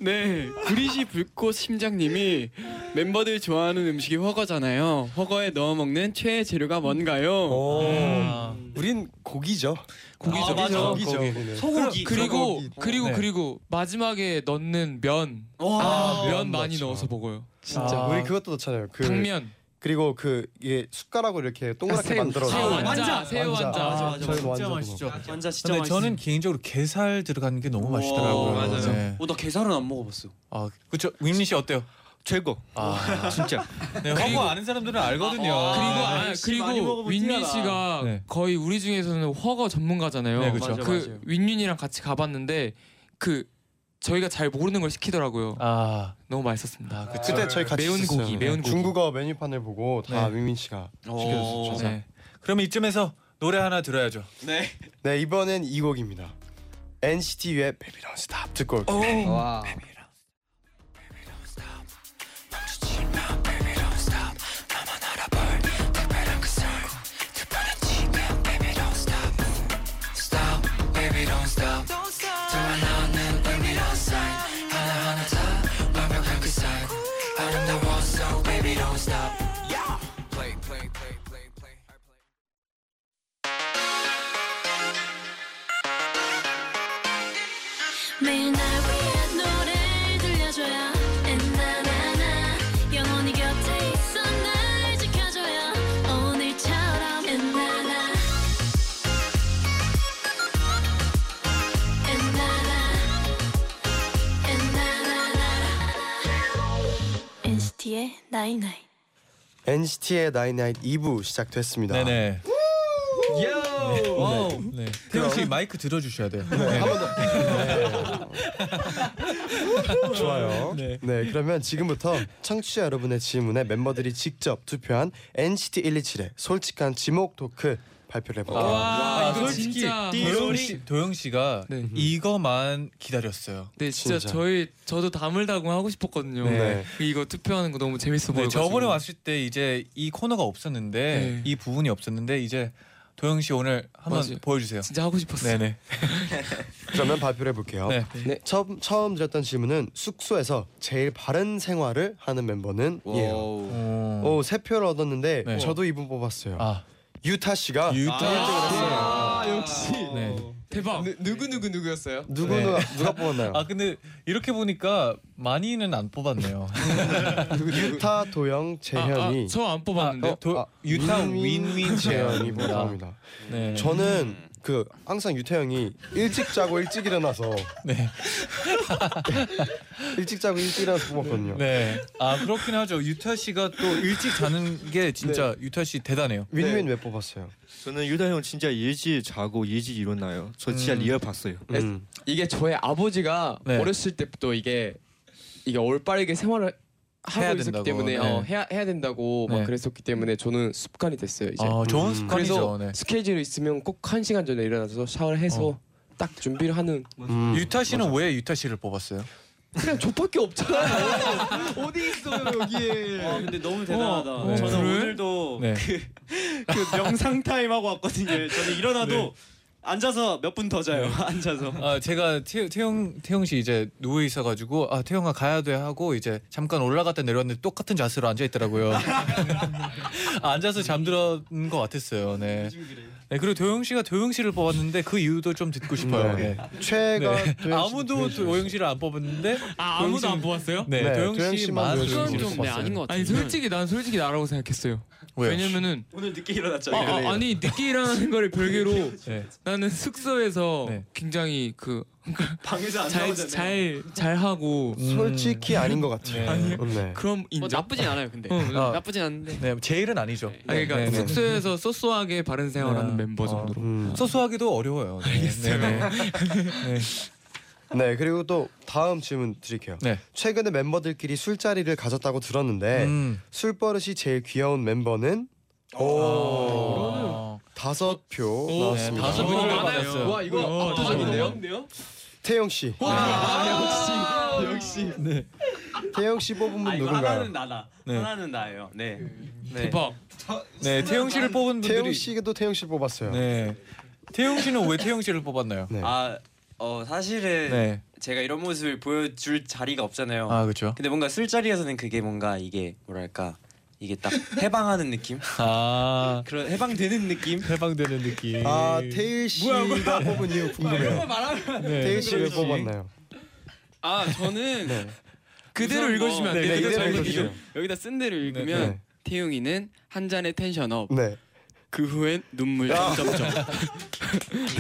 [SPEAKER 7] 네, 구리시 불꽃 심장님이 멤버들 좋아하는 음식이 허거잖아요. 허거에 넣어 먹는 최애 재료가 뭔가요?
[SPEAKER 2] 오.
[SPEAKER 3] 아,
[SPEAKER 2] 우린 고기죠.
[SPEAKER 5] 고기죠.
[SPEAKER 7] 맞아.
[SPEAKER 2] 고기죠. 네. 고기는.
[SPEAKER 7] 소고기.
[SPEAKER 5] 그리고
[SPEAKER 2] 소고기.
[SPEAKER 5] 그리고
[SPEAKER 3] 네.
[SPEAKER 5] 그리고 마지막에 넣는 면.
[SPEAKER 2] 아,
[SPEAKER 5] 면 많이
[SPEAKER 2] 맞죠.
[SPEAKER 5] 넣어서 먹어요.
[SPEAKER 2] 진짜. 우리 그것도 넣잖아요. 그
[SPEAKER 5] 당면.
[SPEAKER 2] 그리고 그 이게 숟가락으로 이렇게 동그랗게 만들어.
[SPEAKER 5] 새우
[SPEAKER 7] 새우.
[SPEAKER 5] 완자.
[SPEAKER 7] 완자.
[SPEAKER 5] 새우 완자.
[SPEAKER 2] 아, 완자.
[SPEAKER 3] 아,
[SPEAKER 2] 맞아, 맞아.
[SPEAKER 3] 진짜
[SPEAKER 2] 완전
[SPEAKER 3] 맛있죠.
[SPEAKER 7] 완자 진짜
[SPEAKER 3] 근데
[SPEAKER 7] 맛있어.
[SPEAKER 3] 저는 개인적으로 게살 들어가는 게 너무 맛있더라고요.
[SPEAKER 5] 맞아요.
[SPEAKER 3] 네.
[SPEAKER 1] 어, 나 게살은 안 먹어봤어.
[SPEAKER 3] 아, 그렇죠. 윈민 씨 어때요?
[SPEAKER 8] 최고.
[SPEAKER 3] 아,
[SPEAKER 8] 진짜.
[SPEAKER 3] 네,
[SPEAKER 5] 그리고-
[SPEAKER 3] 허구 아는 사람들은 알거든요.
[SPEAKER 5] 그리고
[SPEAKER 3] 네.
[SPEAKER 5] 아,
[SPEAKER 7] 씨, 많이
[SPEAKER 5] 그리고
[SPEAKER 7] 먹어본
[SPEAKER 5] 윈윈
[SPEAKER 7] 티가 나.
[SPEAKER 5] 씨가
[SPEAKER 3] 네.
[SPEAKER 5] 거의 우리 중에서는 허거 전문가잖아요.
[SPEAKER 3] 네, 그쵸. 맞아요,
[SPEAKER 5] 그 윈윈이랑 같이 가봤는데 그 저희가 잘 모르는 걸 시키더라고요.
[SPEAKER 3] 아,
[SPEAKER 5] 너무 맛있었습니다.
[SPEAKER 3] 아, 그쵸.
[SPEAKER 2] 그때 저희 같이
[SPEAKER 5] 매운
[SPEAKER 2] 있었어요.
[SPEAKER 5] 고기,
[SPEAKER 2] 네.
[SPEAKER 5] 매운 고기.
[SPEAKER 2] 중국어 메뉴판을 보고 다 위민 씨가
[SPEAKER 1] 어.
[SPEAKER 2] 시켜줬죠. 네.
[SPEAKER 3] 네. 그럼 이쯤에서 노래 하나 들어야죠.
[SPEAKER 2] 네 이번엔 이 곡입니다. NCT 의 Baby Don't Stop 듣고 올게요.
[SPEAKER 6] 와.
[SPEAKER 9] 매일 날 위한 노래를 들려줘요 엔나나나 영원히 곁에 있어 날 지켜줘요 오늘처럼 엔나나 엔나나 엔나나나 NCT의 나이나이
[SPEAKER 2] NCT의 나인나잇 2부 시작됐습니다.
[SPEAKER 3] 네네. 요. 네. 네. 태용 씨 마이크 들어주셔야 돼요. 네.
[SPEAKER 2] 좋아요. 네. 그러면 지금부터 청취자 여러분의 질문에 멤버들이 직접 투표한 NCT 127의 솔직한 지목 토크 발표를 해볼게요.
[SPEAKER 5] 와, 이거
[SPEAKER 3] 솔직히
[SPEAKER 5] 진짜
[SPEAKER 3] 아,
[SPEAKER 5] 아,
[SPEAKER 3] 도영 씨, 도영 씨가
[SPEAKER 5] 네.
[SPEAKER 3] 이거만 기다렸어요.
[SPEAKER 5] 네, 진짜,
[SPEAKER 2] 진짜.
[SPEAKER 5] 저희 저도 다물다고 하고 싶었거든요.
[SPEAKER 2] 네.
[SPEAKER 5] 이거 투표하는 거 너무 재밌어
[SPEAKER 3] 네,
[SPEAKER 5] 보여요.
[SPEAKER 3] 저번에 왔을 때 이제 이 코너가 없었는데
[SPEAKER 5] 네.
[SPEAKER 3] 이 부분이 없었는데 이제 도영 씨 오늘 한번
[SPEAKER 5] 맞아요.
[SPEAKER 3] 보여주세요.
[SPEAKER 5] 진짜 하고 싶었어요.
[SPEAKER 3] 네네.
[SPEAKER 2] 그러면 발표를 해볼게요.
[SPEAKER 3] 네.
[SPEAKER 2] 네, 처음 처음 드렸던 질문은 숙소에서 제일 바른 생활을 하는 멤버는 예요.
[SPEAKER 3] 오.
[SPEAKER 2] 오, 세 표를 얻었는데
[SPEAKER 3] 네.
[SPEAKER 2] 저도 이분 뽑았어요.
[SPEAKER 3] 어. 아
[SPEAKER 2] 유타 씨가
[SPEAKER 10] 아, 역시
[SPEAKER 3] 네.
[SPEAKER 5] 대박.
[SPEAKER 10] 누, 누구 누구 누구였어요?
[SPEAKER 2] 누구
[SPEAKER 3] 네.
[SPEAKER 2] 누가 누가 뽑았나요?
[SPEAKER 3] 아 근데 이렇게 보니까 많이는 안 뽑았네요. 그
[SPEAKER 2] 유타
[SPEAKER 3] 네,
[SPEAKER 2] 도영 재현이
[SPEAKER 5] 아,
[SPEAKER 2] 아,
[SPEAKER 5] 저
[SPEAKER 10] 아,
[SPEAKER 5] 안 뽑았는데.
[SPEAKER 3] 어? 도- 유타 윈윈
[SPEAKER 2] 재현이
[SPEAKER 3] 재현이구나.
[SPEAKER 2] 뽑았습니다.
[SPEAKER 3] 네.
[SPEAKER 2] 저는 그 항상 유태 형이 일찍 자고 일찍 일어나서
[SPEAKER 3] 네.
[SPEAKER 2] 일찍 자고 일찍 일어나서 뽑았거든요.
[SPEAKER 3] 네. 아 그렇긴 하죠. 유타 씨가 또 일찍 자는 게 진짜 유타 씨 대단해요.
[SPEAKER 2] 윈윈 왜 뽑았어요?
[SPEAKER 11] 저는 유다 형 진짜 일찍 자고 일찍 일어나요. 저 진짜
[SPEAKER 3] 음.
[SPEAKER 11] 리얼 봤어요.
[SPEAKER 2] 음.
[SPEAKER 10] 이게 저의 아버지가
[SPEAKER 3] 네.
[SPEAKER 10] 어렸을 때부터 이게 이게 올바르게 생활을 하고
[SPEAKER 3] 해야
[SPEAKER 10] 있었기
[SPEAKER 3] 된다고,
[SPEAKER 10] 때문에 어,
[SPEAKER 3] 네.
[SPEAKER 10] 해야 해야 된다고
[SPEAKER 3] 네.
[SPEAKER 10] 막 그랬었기 때문에 저는 습관이 됐어요 이제.
[SPEAKER 3] 아 좋은
[SPEAKER 2] 음.
[SPEAKER 3] 습관이죠.
[SPEAKER 10] 그래서
[SPEAKER 3] 네.
[SPEAKER 10] 스케줄이 있으면 꼭 한 시간 전에 일어나서 샤워를 해서
[SPEAKER 3] 어.
[SPEAKER 10] 딱 준비를 하는.
[SPEAKER 2] 음.
[SPEAKER 3] 유타 씨는 왜 유타 씨를 뽑았어요?
[SPEAKER 10] 그냥 저밖에 없잖아요. 어디 있어요 여기에?
[SPEAKER 9] 아 근데 너무 대단하다.
[SPEAKER 3] 네.
[SPEAKER 9] 저는
[SPEAKER 3] 그래?
[SPEAKER 9] 오늘도
[SPEAKER 3] 네.
[SPEAKER 9] 그 명상 타임 하고 왔거든요. 저는 일어나도
[SPEAKER 3] 네.
[SPEAKER 9] 앉아서 몇 분 더 자요. 앉아서.
[SPEAKER 3] 아 제가 태, 태용 태용 씨 이제 누워 있어가지고 아 태용아 가야 돼 하고 이제 잠깐 올라갔다 내려왔는데 똑같은 자세로 앉아 있더라고요. 아, 앉아서 잠들었는 것 같았어요. 네. 네 그리고 도영 씨가 도영 씨를 뽑았는데 그 이유도 좀 듣고 싶어요.
[SPEAKER 2] 네.
[SPEAKER 3] 네.
[SPEAKER 2] 최애가
[SPEAKER 3] 네.
[SPEAKER 2] 도영 씨- 그
[SPEAKER 3] 아무도 도영 씨를 안 뽑았는데
[SPEAKER 5] 아 아무도 안 뽑았어요?
[SPEAKER 3] 네,
[SPEAKER 2] 네, 도영
[SPEAKER 3] 도영
[SPEAKER 2] 씨만
[SPEAKER 3] 씨만
[SPEAKER 2] 도영
[SPEAKER 5] 씨를
[SPEAKER 9] 좀 네, 아닌 것 같아요.
[SPEAKER 5] 아니 솔직히 난 솔직히 나라고 생각했어요.
[SPEAKER 3] 왜요?
[SPEAKER 5] 왜냐면은
[SPEAKER 9] 오늘 늦게
[SPEAKER 5] 아,
[SPEAKER 9] 일어났잖아요.
[SPEAKER 5] 아, 아니 늦게 일어나는 거를 별개로
[SPEAKER 3] 네.
[SPEAKER 5] 나는 숙소에서
[SPEAKER 3] 네.
[SPEAKER 5] 굉장히 그
[SPEAKER 9] 방에서 안
[SPEAKER 5] 잘
[SPEAKER 9] 나오잖아요.
[SPEAKER 5] 잘, 잘 하고
[SPEAKER 3] 음,
[SPEAKER 2] 솔직히 아닌 것 같아요.
[SPEAKER 3] 네.
[SPEAKER 2] 네.
[SPEAKER 5] 그럼 인정.
[SPEAKER 9] 어, 나쁘진 않아요, 근데.
[SPEAKER 5] 어,
[SPEAKER 3] 아,
[SPEAKER 9] 나쁘진 않은데.
[SPEAKER 3] 네 제일은 아니죠.
[SPEAKER 5] 아, 그러니까
[SPEAKER 3] 네, 네.
[SPEAKER 5] 숙소에서 쏘쏘하게 바른 생활하는
[SPEAKER 3] 네.
[SPEAKER 5] 멤버
[SPEAKER 3] 어.
[SPEAKER 5] 정도로.
[SPEAKER 2] 음.
[SPEAKER 3] 소소하기도 어려워요. 네.
[SPEAKER 5] 알겠어요.
[SPEAKER 3] 네, 네.
[SPEAKER 2] 네 그리고 또 다음 질문 드릴게요.
[SPEAKER 3] 네.
[SPEAKER 2] 최근에 멤버들끼리 술자리를 가졌다고 들었는데
[SPEAKER 3] 음.
[SPEAKER 2] 술 버릇이 제일 귀여운 멤버는
[SPEAKER 5] 어.
[SPEAKER 3] 오.
[SPEAKER 2] 다섯 표
[SPEAKER 3] 네,
[SPEAKER 2] 나왔습니다.
[SPEAKER 3] 다섯 분을 받았어요.
[SPEAKER 10] 와 이거
[SPEAKER 5] 어,
[SPEAKER 10] 압도적인데요?
[SPEAKER 2] 태영 씨,
[SPEAKER 10] 아, 역시 역시.
[SPEAKER 2] 네, 태영 씨 뽑은
[SPEAKER 1] 아,
[SPEAKER 2] 분 누군가요?
[SPEAKER 9] 나다.
[SPEAKER 3] 네.
[SPEAKER 9] 하나는 나예요. 네.
[SPEAKER 5] 대박.
[SPEAKER 3] 네, 태용 씨를 뽑은
[SPEAKER 2] 태영
[SPEAKER 3] 분들이
[SPEAKER 2] 씨도 태영 씨 뽑았어요.
[SPEAKER 3] 네. 태용 씨는 왜 태용 씨를 뽑았나요?
[SPEAKER 2] 네.
[SPEAKER 1] 아, 어 사실은
[SPEAKER 3] 네.
[SPEAKER 1] 제가 이런 모습을 보여줄 자리가 없잖아요.
[SPEAKER 3] 아, 그렇죠.
[SPEAKER 1] 근데 뭔가 술자리에서는 그게 뭔가 이게 뭐랄까 이게 딱 해방하는 느낌?
[SPEAKER 3] 아,
[SPEAKER 1] 그런 해방되는 느낌?
[SPEAKER 3] 해방되는 느낌.
[SPEAKER 2] 아 태일 씨가 뽑은 이유 궁금해요.
[SPEAKER 3] 네.
[SPEAKER 2] 태일 씨 왜 뽑았나요?
[SPEAKER 9] 아, 저는
[SPEAKER 3] 네.
[SPEAKER 5] 그대로
[SPEAKER 9] 우선
[SPEAKER 5] 읽으시면
[SPEAKER 9] 뭐-
[SPEAKER 5] 안 돼요.
[SPEAKER 2] 네,
[SPEAKER 5] 그대로
[SPEAKER 2] 이대로
[SPEAKER 5] 잘
[SPEAKER 2] 읽으시죠.
[SPEAKER 5] 읽으세요.
[SPEAKER 9] 여기다 쓴 대로 읽으면
[SPEAKER 2] 네.
[SPEAKER 9] 태용이는 한 잔의 텐션 업.
[SPEAKER 2] 네.
[SPEAKER 9] 그 후엔 눈물 점점점.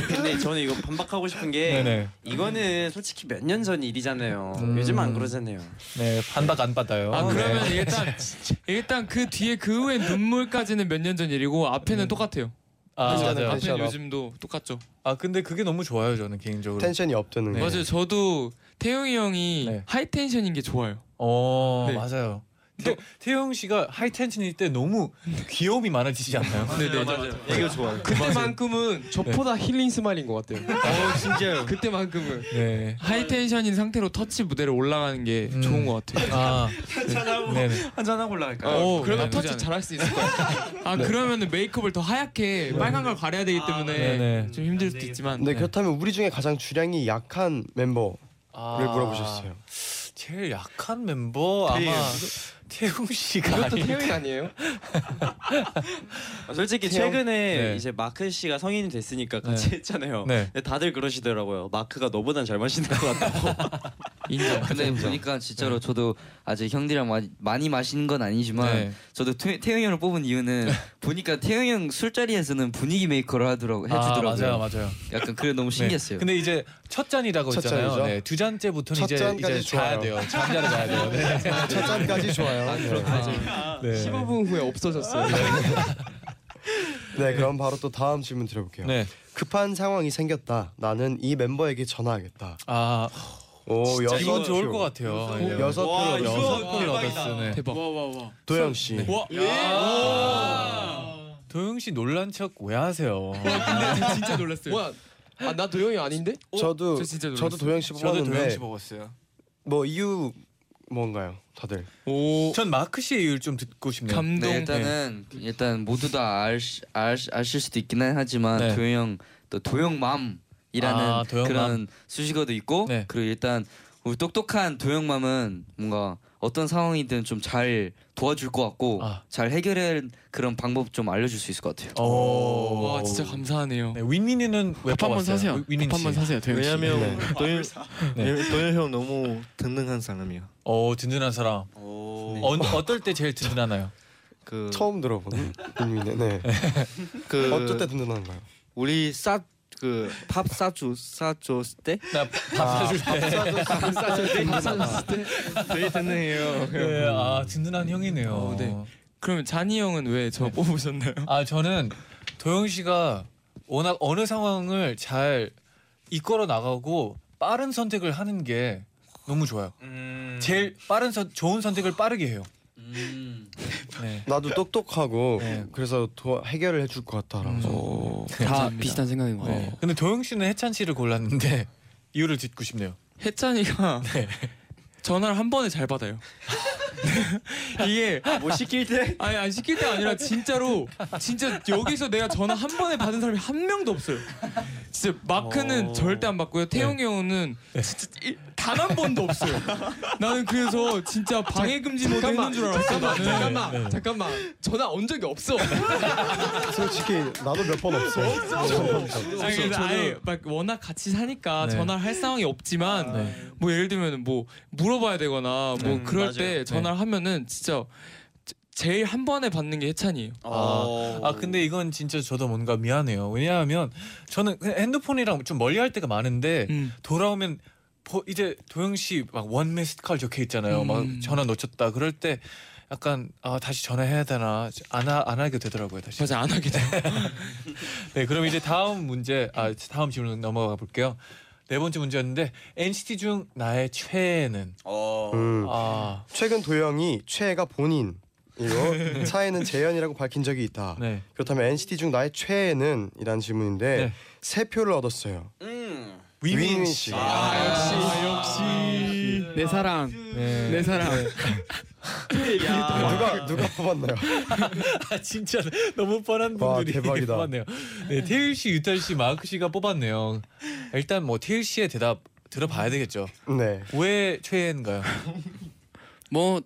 [SPEAKER 1] 근데 저는 이거 반박하고 싶은
[SPEAKER 3] 아.
[SPEAKER 1] 게
[SPEAKER 3] 네네.
[SPEAKER 1] 이거는 솔직히 몇 년 전 일이잖아요.
[SPEAKER 3] 음.
[SPEAKER 1] 요즘 안 그러잖아요.
[SPEAKER 3] 네, 반박 안 받아요.
[SPEAKER 5] 아 그러면
[SPEAKER 3] 네.
[SPEAKER 5] 일단 일단 그 뒤에 그 후에 눈물까지는 몇 년 전 일이고 앞에는 똑같아요.
[SPEAKER 3] 음. 아, 맞아요.
[SPEAKER 5] 앞에
[SPEAKER 2] 텐션업.
[SPEAKER 5] 는 요즘도 똑같죠.
[SPEAKER 3] 아, 근데 그게 너무 좋아요, 저는 개인적으로.
[SPEAKER 2] 텐션이 업되는
[SPEAKER 3] 네.
[SPEAKER 2] 거.
[SPEAKER 5] 맞아요. 저도 태용이 형이
[SPEAKER 3] 네.
[SPEAKER 5] 하이 텐션인 게 좋아요.
[SPEAKER 3] 어,
[SPEAKER 5] 네.
[SPEAKER 3] 맞아요. 태, 태용 씨가 하이 텐션일 때 너무 귀여움이 많아지지 않나요?
[SPEAKER 5] 네네. 네.
[SPEAKER 11] 이거 좋아요.
[SPEAKER 10] 그때만큼은 저보다 힐링 스마일인 것 같아요.
[SPEAKER 11] 어 진짜요.
[SPEAKER 10] 그때만큼은.
[SPEAKER 3] 네.
[SPEAKER 5] 하이 텐션인 상태로 터치 무대로 올라가는 게
[SPEAKER 3] 음.
[SPEAKER 5] 좋은 것 같아요.
[SPEAKER 3] 아, 네.
[SPEAKER 1] 한잔하고 올라갈까요?
[SPEAKER 5] 오,
[SPEAKER 10] 아, 그러면
[SPEAKER 5] 네,
[SPEAKER 10] 터치
[SPEAKER 5] 나쁘지 않아요.
[SPEAKER 10] 잘할 수 있을 거예요.
[SPEAKER 5] 아 그러면은 메이크업을 더 하얗게 빨간 걸 가려야 되기 때문에
[SPEAKER 3] 네네.
[SPEAKER 5] 좀 힘들 수도 있지만
[SPEAKER 2] 네 그렇다면 우리 중에 가장 주량이 약한 멤버를
[SPEAKER 3] 아,
[SPEAKER 2] 물어보셨어요.
[SPEAKER 3] 제일 약한 멤버 아마 태용 씨가
[SPEAKER 10] 아, 이것도 태용이 아니에요?
[SPEAKER 1] 아, 솔직히
[SPEAKER 2] 태영?
[SPEAKER 1] 최근에
[SPEAKER 3] 네.
[SPEAKER 1] 이제 마크 씨가 성인이 됐으니까 같이 했잖아요.
[SPEAKER 3] 네.
[SPEAKER 1] 근데 다들 그러시더라고요. 마크가 너보단 잘 마시는 것 같다고.
[SPEAKER 5] 인정.
[SPEAKER 8] 근데 보니까 진짜로 저도 아직 형들이랑 많이, 많이 마시는 건 아니지만
[SPEAKER 3] 네.
[SPEAKER 8] 저도 태, 태영이 형을 뽑은 이유는 보니까 태영이 형 술자리에서는 분위기 메이커를 하더라고 해주더라고요.
[SPEAKER 3] 아, 맞아요, 맞아요.
[SPEAKER 8] 약간 그래 너무 신기했어요.
[SPEAKER 3] 네. 근데 이제 첫 잔이라고
[SPEAKER 2] 첫
[SPEAKER 3] 했잖아요.
[SPEAKER 2] 잔이죠.
[SPEAKER 3] 네, 두 잔째부터는
[SPEAKER 2] 첫
[SPEAKER 3] 이제
[SPEAKER 2] 잔까지
[SPEAKER 3] 이제 자야
[SPEAKER 2] 좋아요.
[SPEAKER 3] 돼요. 잠자러 가야 돼요. 네.
[SPEAKER 2] 첫 잔까지 좋아요. 네.
[SPEAKER 3] 네.
[SPEAKER 10] 15분 후에 없어졌어요.
[SPEAKER 2] 네 그럼 바로 또 다음 질문 드려볼게요.
[SPEAKER 3] 네.
[SPEAKER 2] 급한 상황이 생겼다. 나는 이 멤버에게 전화하겠다.
[SPEAKER 3] 아,
[SPEAKER 2] 오 여섯
[SPEAKER 3] 이건 좋을
[SPEAKER 2] 표.
[SPEAKER 3] 것 같아요. 네.
[SPEAKER 2] 여섯 표
[SPEAKER 9] 와,
[SPEAKER 2] 얻었어요.
[SPEAKER 9] 이거
[SPEAKER 3] 여섯 표를 얻었어. 네.
[SPEAKER 5] 대박.
[SPEAKER 9] 와, 와, 와.
[SPEAKER 2] 도영 씨.
[SPEAKER 5] 와.
[SPEAKER 3] 도영 씨 놀란 척 왜 하세요?
[SPEAKER 5] 근데 진짜 놀랐어요.
[SPEAKER 10] 뭐야? 아, 나 도영이 아닌데?
[SPEAKER 2] 저도
[SPEAKER 5] 저 진짜
[SPEAKER 2] 저도
[SPEAKER 5] 놀랐어요.
[SPEAKER 2] 도영 씨
[SPEAKER 3] 저도 도영
[SPEAKER 2] 뽑았는데
[SPEAKER 3] 씨 먹었어요.
[SPEAKER 2] 뭐 이유 뭔가요, 다들?
[SPEAKER 3] 전 마크 씨의 이유를 좀 듣고 싶네요.
[SPEAKER 6] 네, 일단은 일단 모두 다 알, 알, 아실 수도 있긴 하지만
[SPEAKER 3] 네.
[SPEAKER 6] 도영 또 도영맘이라는
[SPEAKER 3] 아, 도영맘. 네.
[SPEAKER 6] 그런 수식어도 있고 그리고 일단 우리 똑똑한 도영맘은 뭔가 어떤 상황이든 좀 잘 도와줄 것 같고
[SPEAKER 3] 아.
[SPEAKER 6] 잘 해결할 그런 방법 좀 알려줄 수 있을 것 같아요.
[SPEAKER 3] 오.
[SPEAKER 5] 와 진짜 감사하네요. 네.
[SPEAKER 3] 네, 윈윈이는 왜
[SPEAKER 7] 밥 한번
[SPEAKER 3] 뽑았어요?
[SPEAKER 7] 사세요.
[SPEAKER 3] 윈윈
[SPEAKER 7] 밥 한번
[SPEAKER 3] 씨.
[SPEAKER 7] 사세요. 도영 씨.
[SPEAKER 8] 왜냐면
[SPEAKER 3] 네.
[SPEAKER 8] 도현
[SPEAKER 3] 네.
[SPEAKER 8] 도현 형 너무 든든한 사람이요.
[SPEAKER 3] 어 든든한 사람.
[SPEAKER 8] 네.
[SPEAKER 3] 어, 어떨 때 제일 든든하나요?
[SPEAKER 8] 그
[SPEAKER 2] 처음 들어보는 의미네. 네.
[SPEAKER 8] 그
[SPEAKER 2] 어쩔 때 든든한가요?
[SPEAKER 8] 우리 싸그밥 싸주 싸줬을 때 아,
[SPEAKER 3] 나밥 사줄 때.
[SPEAKER 8] 밥 싸줬을 때 밥 싸줬을 때 되게 든든해요.
[SPEAKER 3] 네, 아 든든한 형이네요.
[SPEAKER 5] 어, 네. 그럼 잔이 형은 왜 저 뽑으셨나요?
[SPEAKER 3] 아 저는 도영 씨가 워낙 어느 상황을 잘 이끌어 나가고 빠른 선택을 하는 게 너무 좋아요.
[SPEAKER 8] 음.
[SPEAKER 3] 제일 빠른 선 좋은 선택을 빠르게 해요.
[SPEAKER 6] 음.
[SPEAKER 3] 네.
[SPEAKER 2] 나도 똑똑하고
[SPEAKER 3] 네.
[SPEAKER 2] 그래서 도, 해결을 해줄 것 같다라고.
[SPEAKER 5] 오.
[SPEAKER 7] 어, 다
[SPEAKER 5] 감사합니다.
[SPEAKER 7] 비슷한 생각인
[SPEAKER 8] 어.
[SPEAKER 7] 것 같아요.
[SPEAKER 3] 네. 근데 도영 씨는 해찬 씨를 골랐는데 이유를 듣고 싶네요.
[SPEAKER 5] 해찬이가 전화를 한 번에 잘 받아요. 이게
[SPEAKER 8] 뭐 시킬 때
[SPEAKER 5] 아니 안 시킬 때 아니라 진짜로 진짜 여기서 내가 전화 한 번에 받은 사람이 한 명도 없어요. 진짜 마크는
[SPEAKER 3] 오.
[SPEAKER 5] 절대 안 받고요. 태용이 형은 진짜 단 한 번도 없어요. 나는 그래서 진짜 방해 금지 모드 했는 줄 알았어. 나는. 네.
[SPEAKER 4] 잠깐만 잠깐만 전화 온 적이 없어.
[SPEAKER 2] 솔직히 나도 몇 번 없어.
[SPEAKER 5] 아니, 근데
[SPEAKER 8] 저는-
[SPEAKER 5] 아예 막 워낙 같이 사니까
[SPEAKER 3] 네.
[SPEAKER 5] 전화를 할 상황이 없지만
[SPEAKER 3] 네.
[SPEAKER 5] 뭐 예를 들면 뭐 물어봐야 되거나 뭐
[SPEAKER 3] 네.
[SPEAKER 5] 그럴
[SPEAKER 3] 맞아요.
[SPEAKER 5] 때 전화를 하면은 진짜 제- 제일 한 번에 받는 게 해찬이에요.
[SPEAKER 6] 어.
[SPEAKER 3] 아, 아 근데 이건 진짜 저도 뭔가 미안해요. 왜냐하면 저는 그냥 핸드폰이랑 좀 멀리 할 때가 많은데
[SPEAKER 5] 음.
[SPEAKER 3] 돌아오면 버- 이제 도영 씨 막 원 메시컬 적혀 있잖아요. 막
[SPEAKER 5] 음.
[SPEAKER 3] 전화 놓쳤다 그럴 때 약간 아 다시 전화해야 되나 안 안 하게 되더라고요 다시.
[SPEAKER 5] 맞아 안 하게 돼.
[SPEAKER 3] 네 그럼 이제 다음 문제 아 다음 질문 넘어가 볼게요. 네 번째 문제였는데 NCT 중 나의 최애는
[SPEAKER 8] 어.
[SPEAKER 2] 음.
[SPEAKER 3] 아
[SPEAKER 2] 최근 도영이 최애가 본인. 이거 차에는 재현이라고 밝힌 적이 있다.
[SPEAKER 3] 네.
[SPEAKER 2] 그렇다면 NCT 중 나의 최애는 이란 질문인데
[SPEAKER 3] 네.
[SPEAKER 2] 세 표를 얻었어요.
[SPEAKER 8] 음.
[SPEAKER 3] 위민
[SPEAKER 2] 위민
[SPEAKER 3] 씨. 아,
[SPEAKER 7] 아,
[SPEAKER 2] 씨.
[SPEAKER 5] 아,
[SPEAKER 7] 역시 내 아, 사랑
[SPEAKER 3] 네.
[SPEAKER 7] 내 사랑.
[SPEAKER 1] 아.
[SPEAKER 2] 누가 누가 뽑았나요?
[SPEAKER 3] 아 진짜 너무 뻔한
[SPEAKER 2] 와,
[SPEAKER 3] 분들이
[SPEAKER 2] 대박이다.
[SPEAKER 3] 뽑았네요. 네, 태일 씨, 유탈 씨, 마크 씨가 뽑았네요. 일단 뭐 태일 씨의 대답 들어봐야 되겠죠.
[SPEAKER 2] 네.
[SPEAKER 3] 왜 최애인가요?
[SPEAKER 7] 뭐,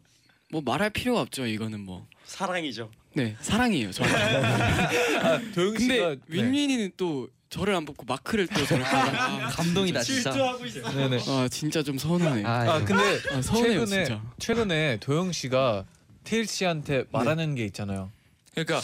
[SPEAKER 7] 뭐 말할 필요가 없죠. 이거는 뭐.
[SPEAKER 8] 사랑이죠.
[SPEAKER 7] 네, 사랑이에요. 저는.
[SPEAKER 3] 아, 도영 씨가
[SPEAKER 5] 네.
[SPEAKER 7] 근데 윈윈이는 또 저를 안 뽑고 마크를 또 저를 뽑아.
[SPEAKER 6] 감동이다 진짜.
[SPEAKER 3] 네, 네네.
[SPEAKER 7] 아, 진짜 좀 서운하네. 아,
[SPEAKER 3] 아 근데
[SPEAKER 7] 아, 서운해요,
[SPEAKER 3] 최근에
[SPEAKER 7] 진짜.
[SPEAKER 3] 최근에 도영 씨가 태일 씨한테 말하는 게 있잖아요.
[SPEAKER 5] 그러니까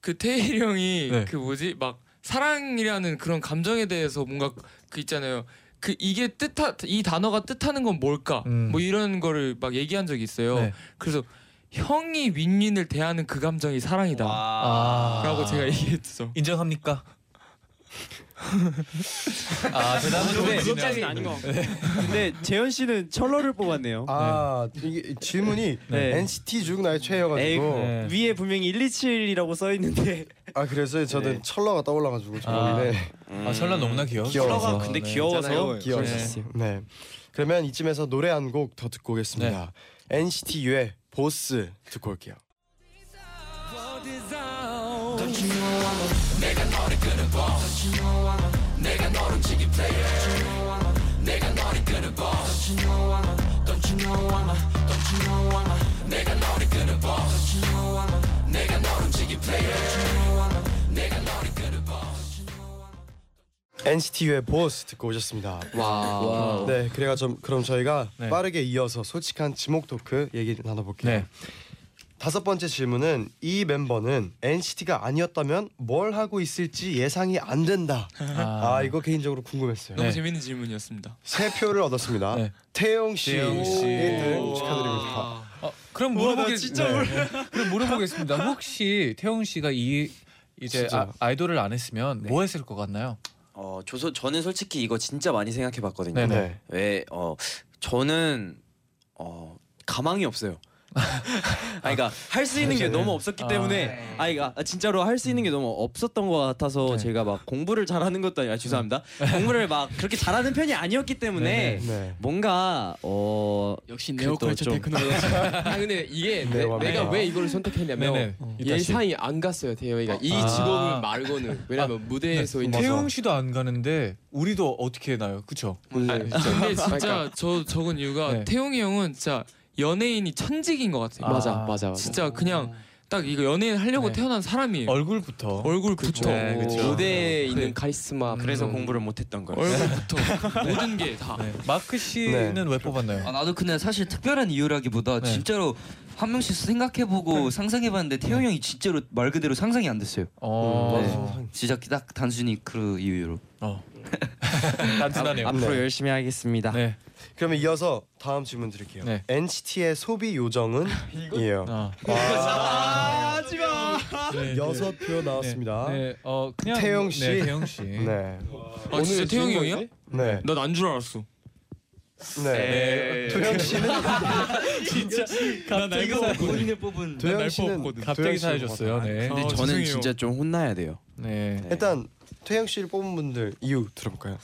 [SPEAKER 5] 그 태일 형이
[SPEAKER 3] 네.
[SPEAKER 5] 그 뭐지 막 사랑이라는 그런 감정에 대해서 뭔가 그 있잖아요. 그 이게 뜻하 이 단어가 뜻하는 건 뭘까?
[SPEAKER 3] 음.
[SPEAKER 5] 뭐 이런 거를 막 얘기한 적이 있어요.
[SPEAKER 3] 네.
[SPEAKER 5] 그래서 형이 윈윈을 대하는 그 감정이 사랑이다라고
[SPEAKER 3] 아.
[SPEAKER 5] 제가 얘기했죠.
[SPEAKER 3] 인정합니까? 아 대답은 네.
[SPEAKER 7] 그것까지는 아닌 것 같고.
[SPEAKER 12] 네. 근데 재현 씨는 철러를 뽑았네요.
[SPEAKER 2] 아 이게 질문이
[SPEAKER 12] 네.
[SPEAKER 2] NCT 중 나의 최애여가지고
[SPEAKER 3] 네.
[SPEAKER 12] 위에 분명히 127이라고 써 있는데
[SPEAKER 2] 아 그래서 저는 철러가 떠올라가지고
[SPEAKER 3] 아.
[SPEAKER 2] 저는데
[SPEAKER 3] 아 설라 너무나 귀여워.
[SPEAKER 2] 귀여워서.
[SPEAKER 12] 근데
[SPEAKER 3] 네.
[SPEAKER 12] 귀여워서
[SPEAKER 2] 귀여웠어요. 네. 그러면 이쯤에서 노래 한 곡 더 듣고 오겠습니다. NCT U의 보스 듣고 올게요.
[SPEAKER 3] 음.
[SPEAKER 2] NCT U의 보스 듣고 오셨습니다.
[SPEAKER 6] 와.
[SPEAKER 2] 네, 그래가 좀 그럼 저희가
[SPEAKER 3] 네.
[SPEAKER 2] 빠르게 이어서 솔직한 지목 토크 얘기 나눠볼게요.
[SPEAKER 3] 네.
[SPEAKER 2] 다섯 번째 질문은 이 멤버는 NCT가 아니었다면 뭘 하고 있을지 예상이 안 된다.
[SPEAKER 3] 아,
[SPEAKER 2] 아, 이거 개인적으로 궁금했어요.
[SPEAKER 5] 너무
[SPEAKER 3] 네.
[SPEAKER 5] 재밌는 질문이었습니다.
[SPEAKER 2] 세 표를 얻었습니다.
[SPEAKER 3] 네.
[SPEAKER 2] 태용 씨,
[SPEAKER 3] 태용 씨.
[SPEAKER 12] 네.
[SPEAKER 2] 1등 네. 축하드립니다.
[SPEAKER 3] 어, 그럼 물어보겠 네. 그럼 물어보겠습니다. 혹시 태용 씨가 이 이제
[SPEAKER 2] 진짜.
[SPEAKER 3] 아, 이돌을안 했으면 뭐 했을 것 같나요?
[SPEAKER 1] 어 조선 저는 솔직히 이거 진짜 많이
[SPEAKER 3] 네.
[SPEAKER 2] 네.
[SPEAKER 1] 생각해 봤거든요.
[SPEAKER 3] 네네.
[SPEAKER 1] 왜 어 저는 어 가망이 없어요. 아니 그러니까 할 수 있는 게
[SPEAKER 12] 사실은.
[SPEAKER 1] 너무 없었기
[SPEAKER 12] 아.
[SPEAKER 1] 때문에 아니 그러니까 진짜로 할 수 있는 게 너무 없었던 것
[SPEAKER 12] 네.
[SPEAKER 1] 같아서 제가 막 공부를 잘하는 것도 아니라 죄송합니다. 공부를 막 그렇게 잘하는 편이 아니었기 때문에
[SPEAKER 4] 네, 네.
[SPEAKER 1] 뭔가 어
[SPEAKER 7] 역시
[SPEAKER 4] 네오컬처 테크놀로지. 아 근데 이게
[SPEAKER 1] 네,
[SPEAKER 4] 내,
[SPEAKER 1] 완벽해요.
[SPEAKER 4] 내가 왜 이거를 선택했냐면
[SPEAKER 3] 네네.
[SPEAKER 4] 어.
[SPEAKER 3] 이따 씨.
[SPEAKER 4] 예상이 안 갔어요 태영이가 이
[SPEAKER 3] 아. 네.
[SPEAKER 4] 직업을 말고는 왜냐면 무대에서 있는
[SPEAKER 3] 태용 씨도 안 가는데 우리도 어떻게 나요? 그쵸? 그러니까
[SPEAKER 5] 아, 근데 진짜 저 적은 이유가
[SPEAKER 3] 네.
[SPEAKER 5] 태용이 형은 진짜 연예인이 천직인 것 같아요.
[SPEAKER 3] 맞아, 아. 맞아, 맞아.
[SPEAKER 5] 진짜 그냥 딱 이거 연예인 하려고 태어난 사람이에요.
[SPEAKER 3] 얼굴부터.
[SPEAKER 5] 얼굴부터.
[SPEAKER 3] 네, 그쵸.
[SPEAKER 4] 무대에 있는
[SPEAKER 5] 네.
[SPEAKER 4] 카리스마
[SPEAKER 1] 그래서
[SPEAKER 4] 음.
[SPEAKER 1] 공부를 못했던 거예요.
[SPEAKER 5] 얼굴부터 모든 게 다.
[SPEAKER 3] 네. 마크 씨는 왜 뽑았나요?
[SPEAKER 6] 아, 나도 근데 사실 특별한 이유라기보다
[SPEAKER 8] 네.
[SPEAKER 6] 진짜로 한 명씩 생각해보고 상상해봤는데 태용 형이 진짜로 말 그대로 상상이 안 됐어요.
[SPEAKER 3] 어.
[SPEAKER 2] 음, 네.
[SPEAKER 6] 진짜 딱 단순히 그 이유로.
[SPEAKER 3] 어.
[SPEAKER 6] 단순하네요.
[SPEAKER 1] 앞- 앞으로 열심히 하겠습니다.
[SPEAKER 3] 네.
[SPEAKER 2] 그러면 이어서 다음 질문 드릴게요.
[SPEAKER 3] 네.
[SPEAKER 2] NCT의 소비 요정은 이에요.
[SPEAKER 3] 아.
[SPEAKER 12] 아,
[SPEAKER 7] 하지마.
[SPEAKER 2] 네. 여섯 표 나왔습니다.
[SPEAKER 3] 네, 어 그냥
[SPEAKER 2] 태영
[SPEAKER 3] 뭐-
[SPEAKER 2] 씨.
[SPEAKER 3] 네, 태영 씨.
[SPEAKER 2] 네.
[SPEAKER 5] 아 진짜 태용이 형이야?
[SPEAKER 2] 네.
[SPEAKER 5] 난 안 줄 알았어.
[SPEAKER 2] 네. 도영 씨는
[SPEAKER 3] 진짜 갑자기
[SPEAKER 6] 이거 본인이 뽑은
[SPEAKER 2] 도영 씨는 도영
[SPEAKER 3] 네. 갑자기
[SPEAKER 2] 씨가
[SPEAKER 3] 사해졌어요. 네.
[SPEAKER 1] 근데 저는 진짜 좀 혼나야 돼요.
[SPEAKER 3] 네.
[SPEAKER 2] 일단 태영 씨를 뽑은 분들 이유 들어볼까요?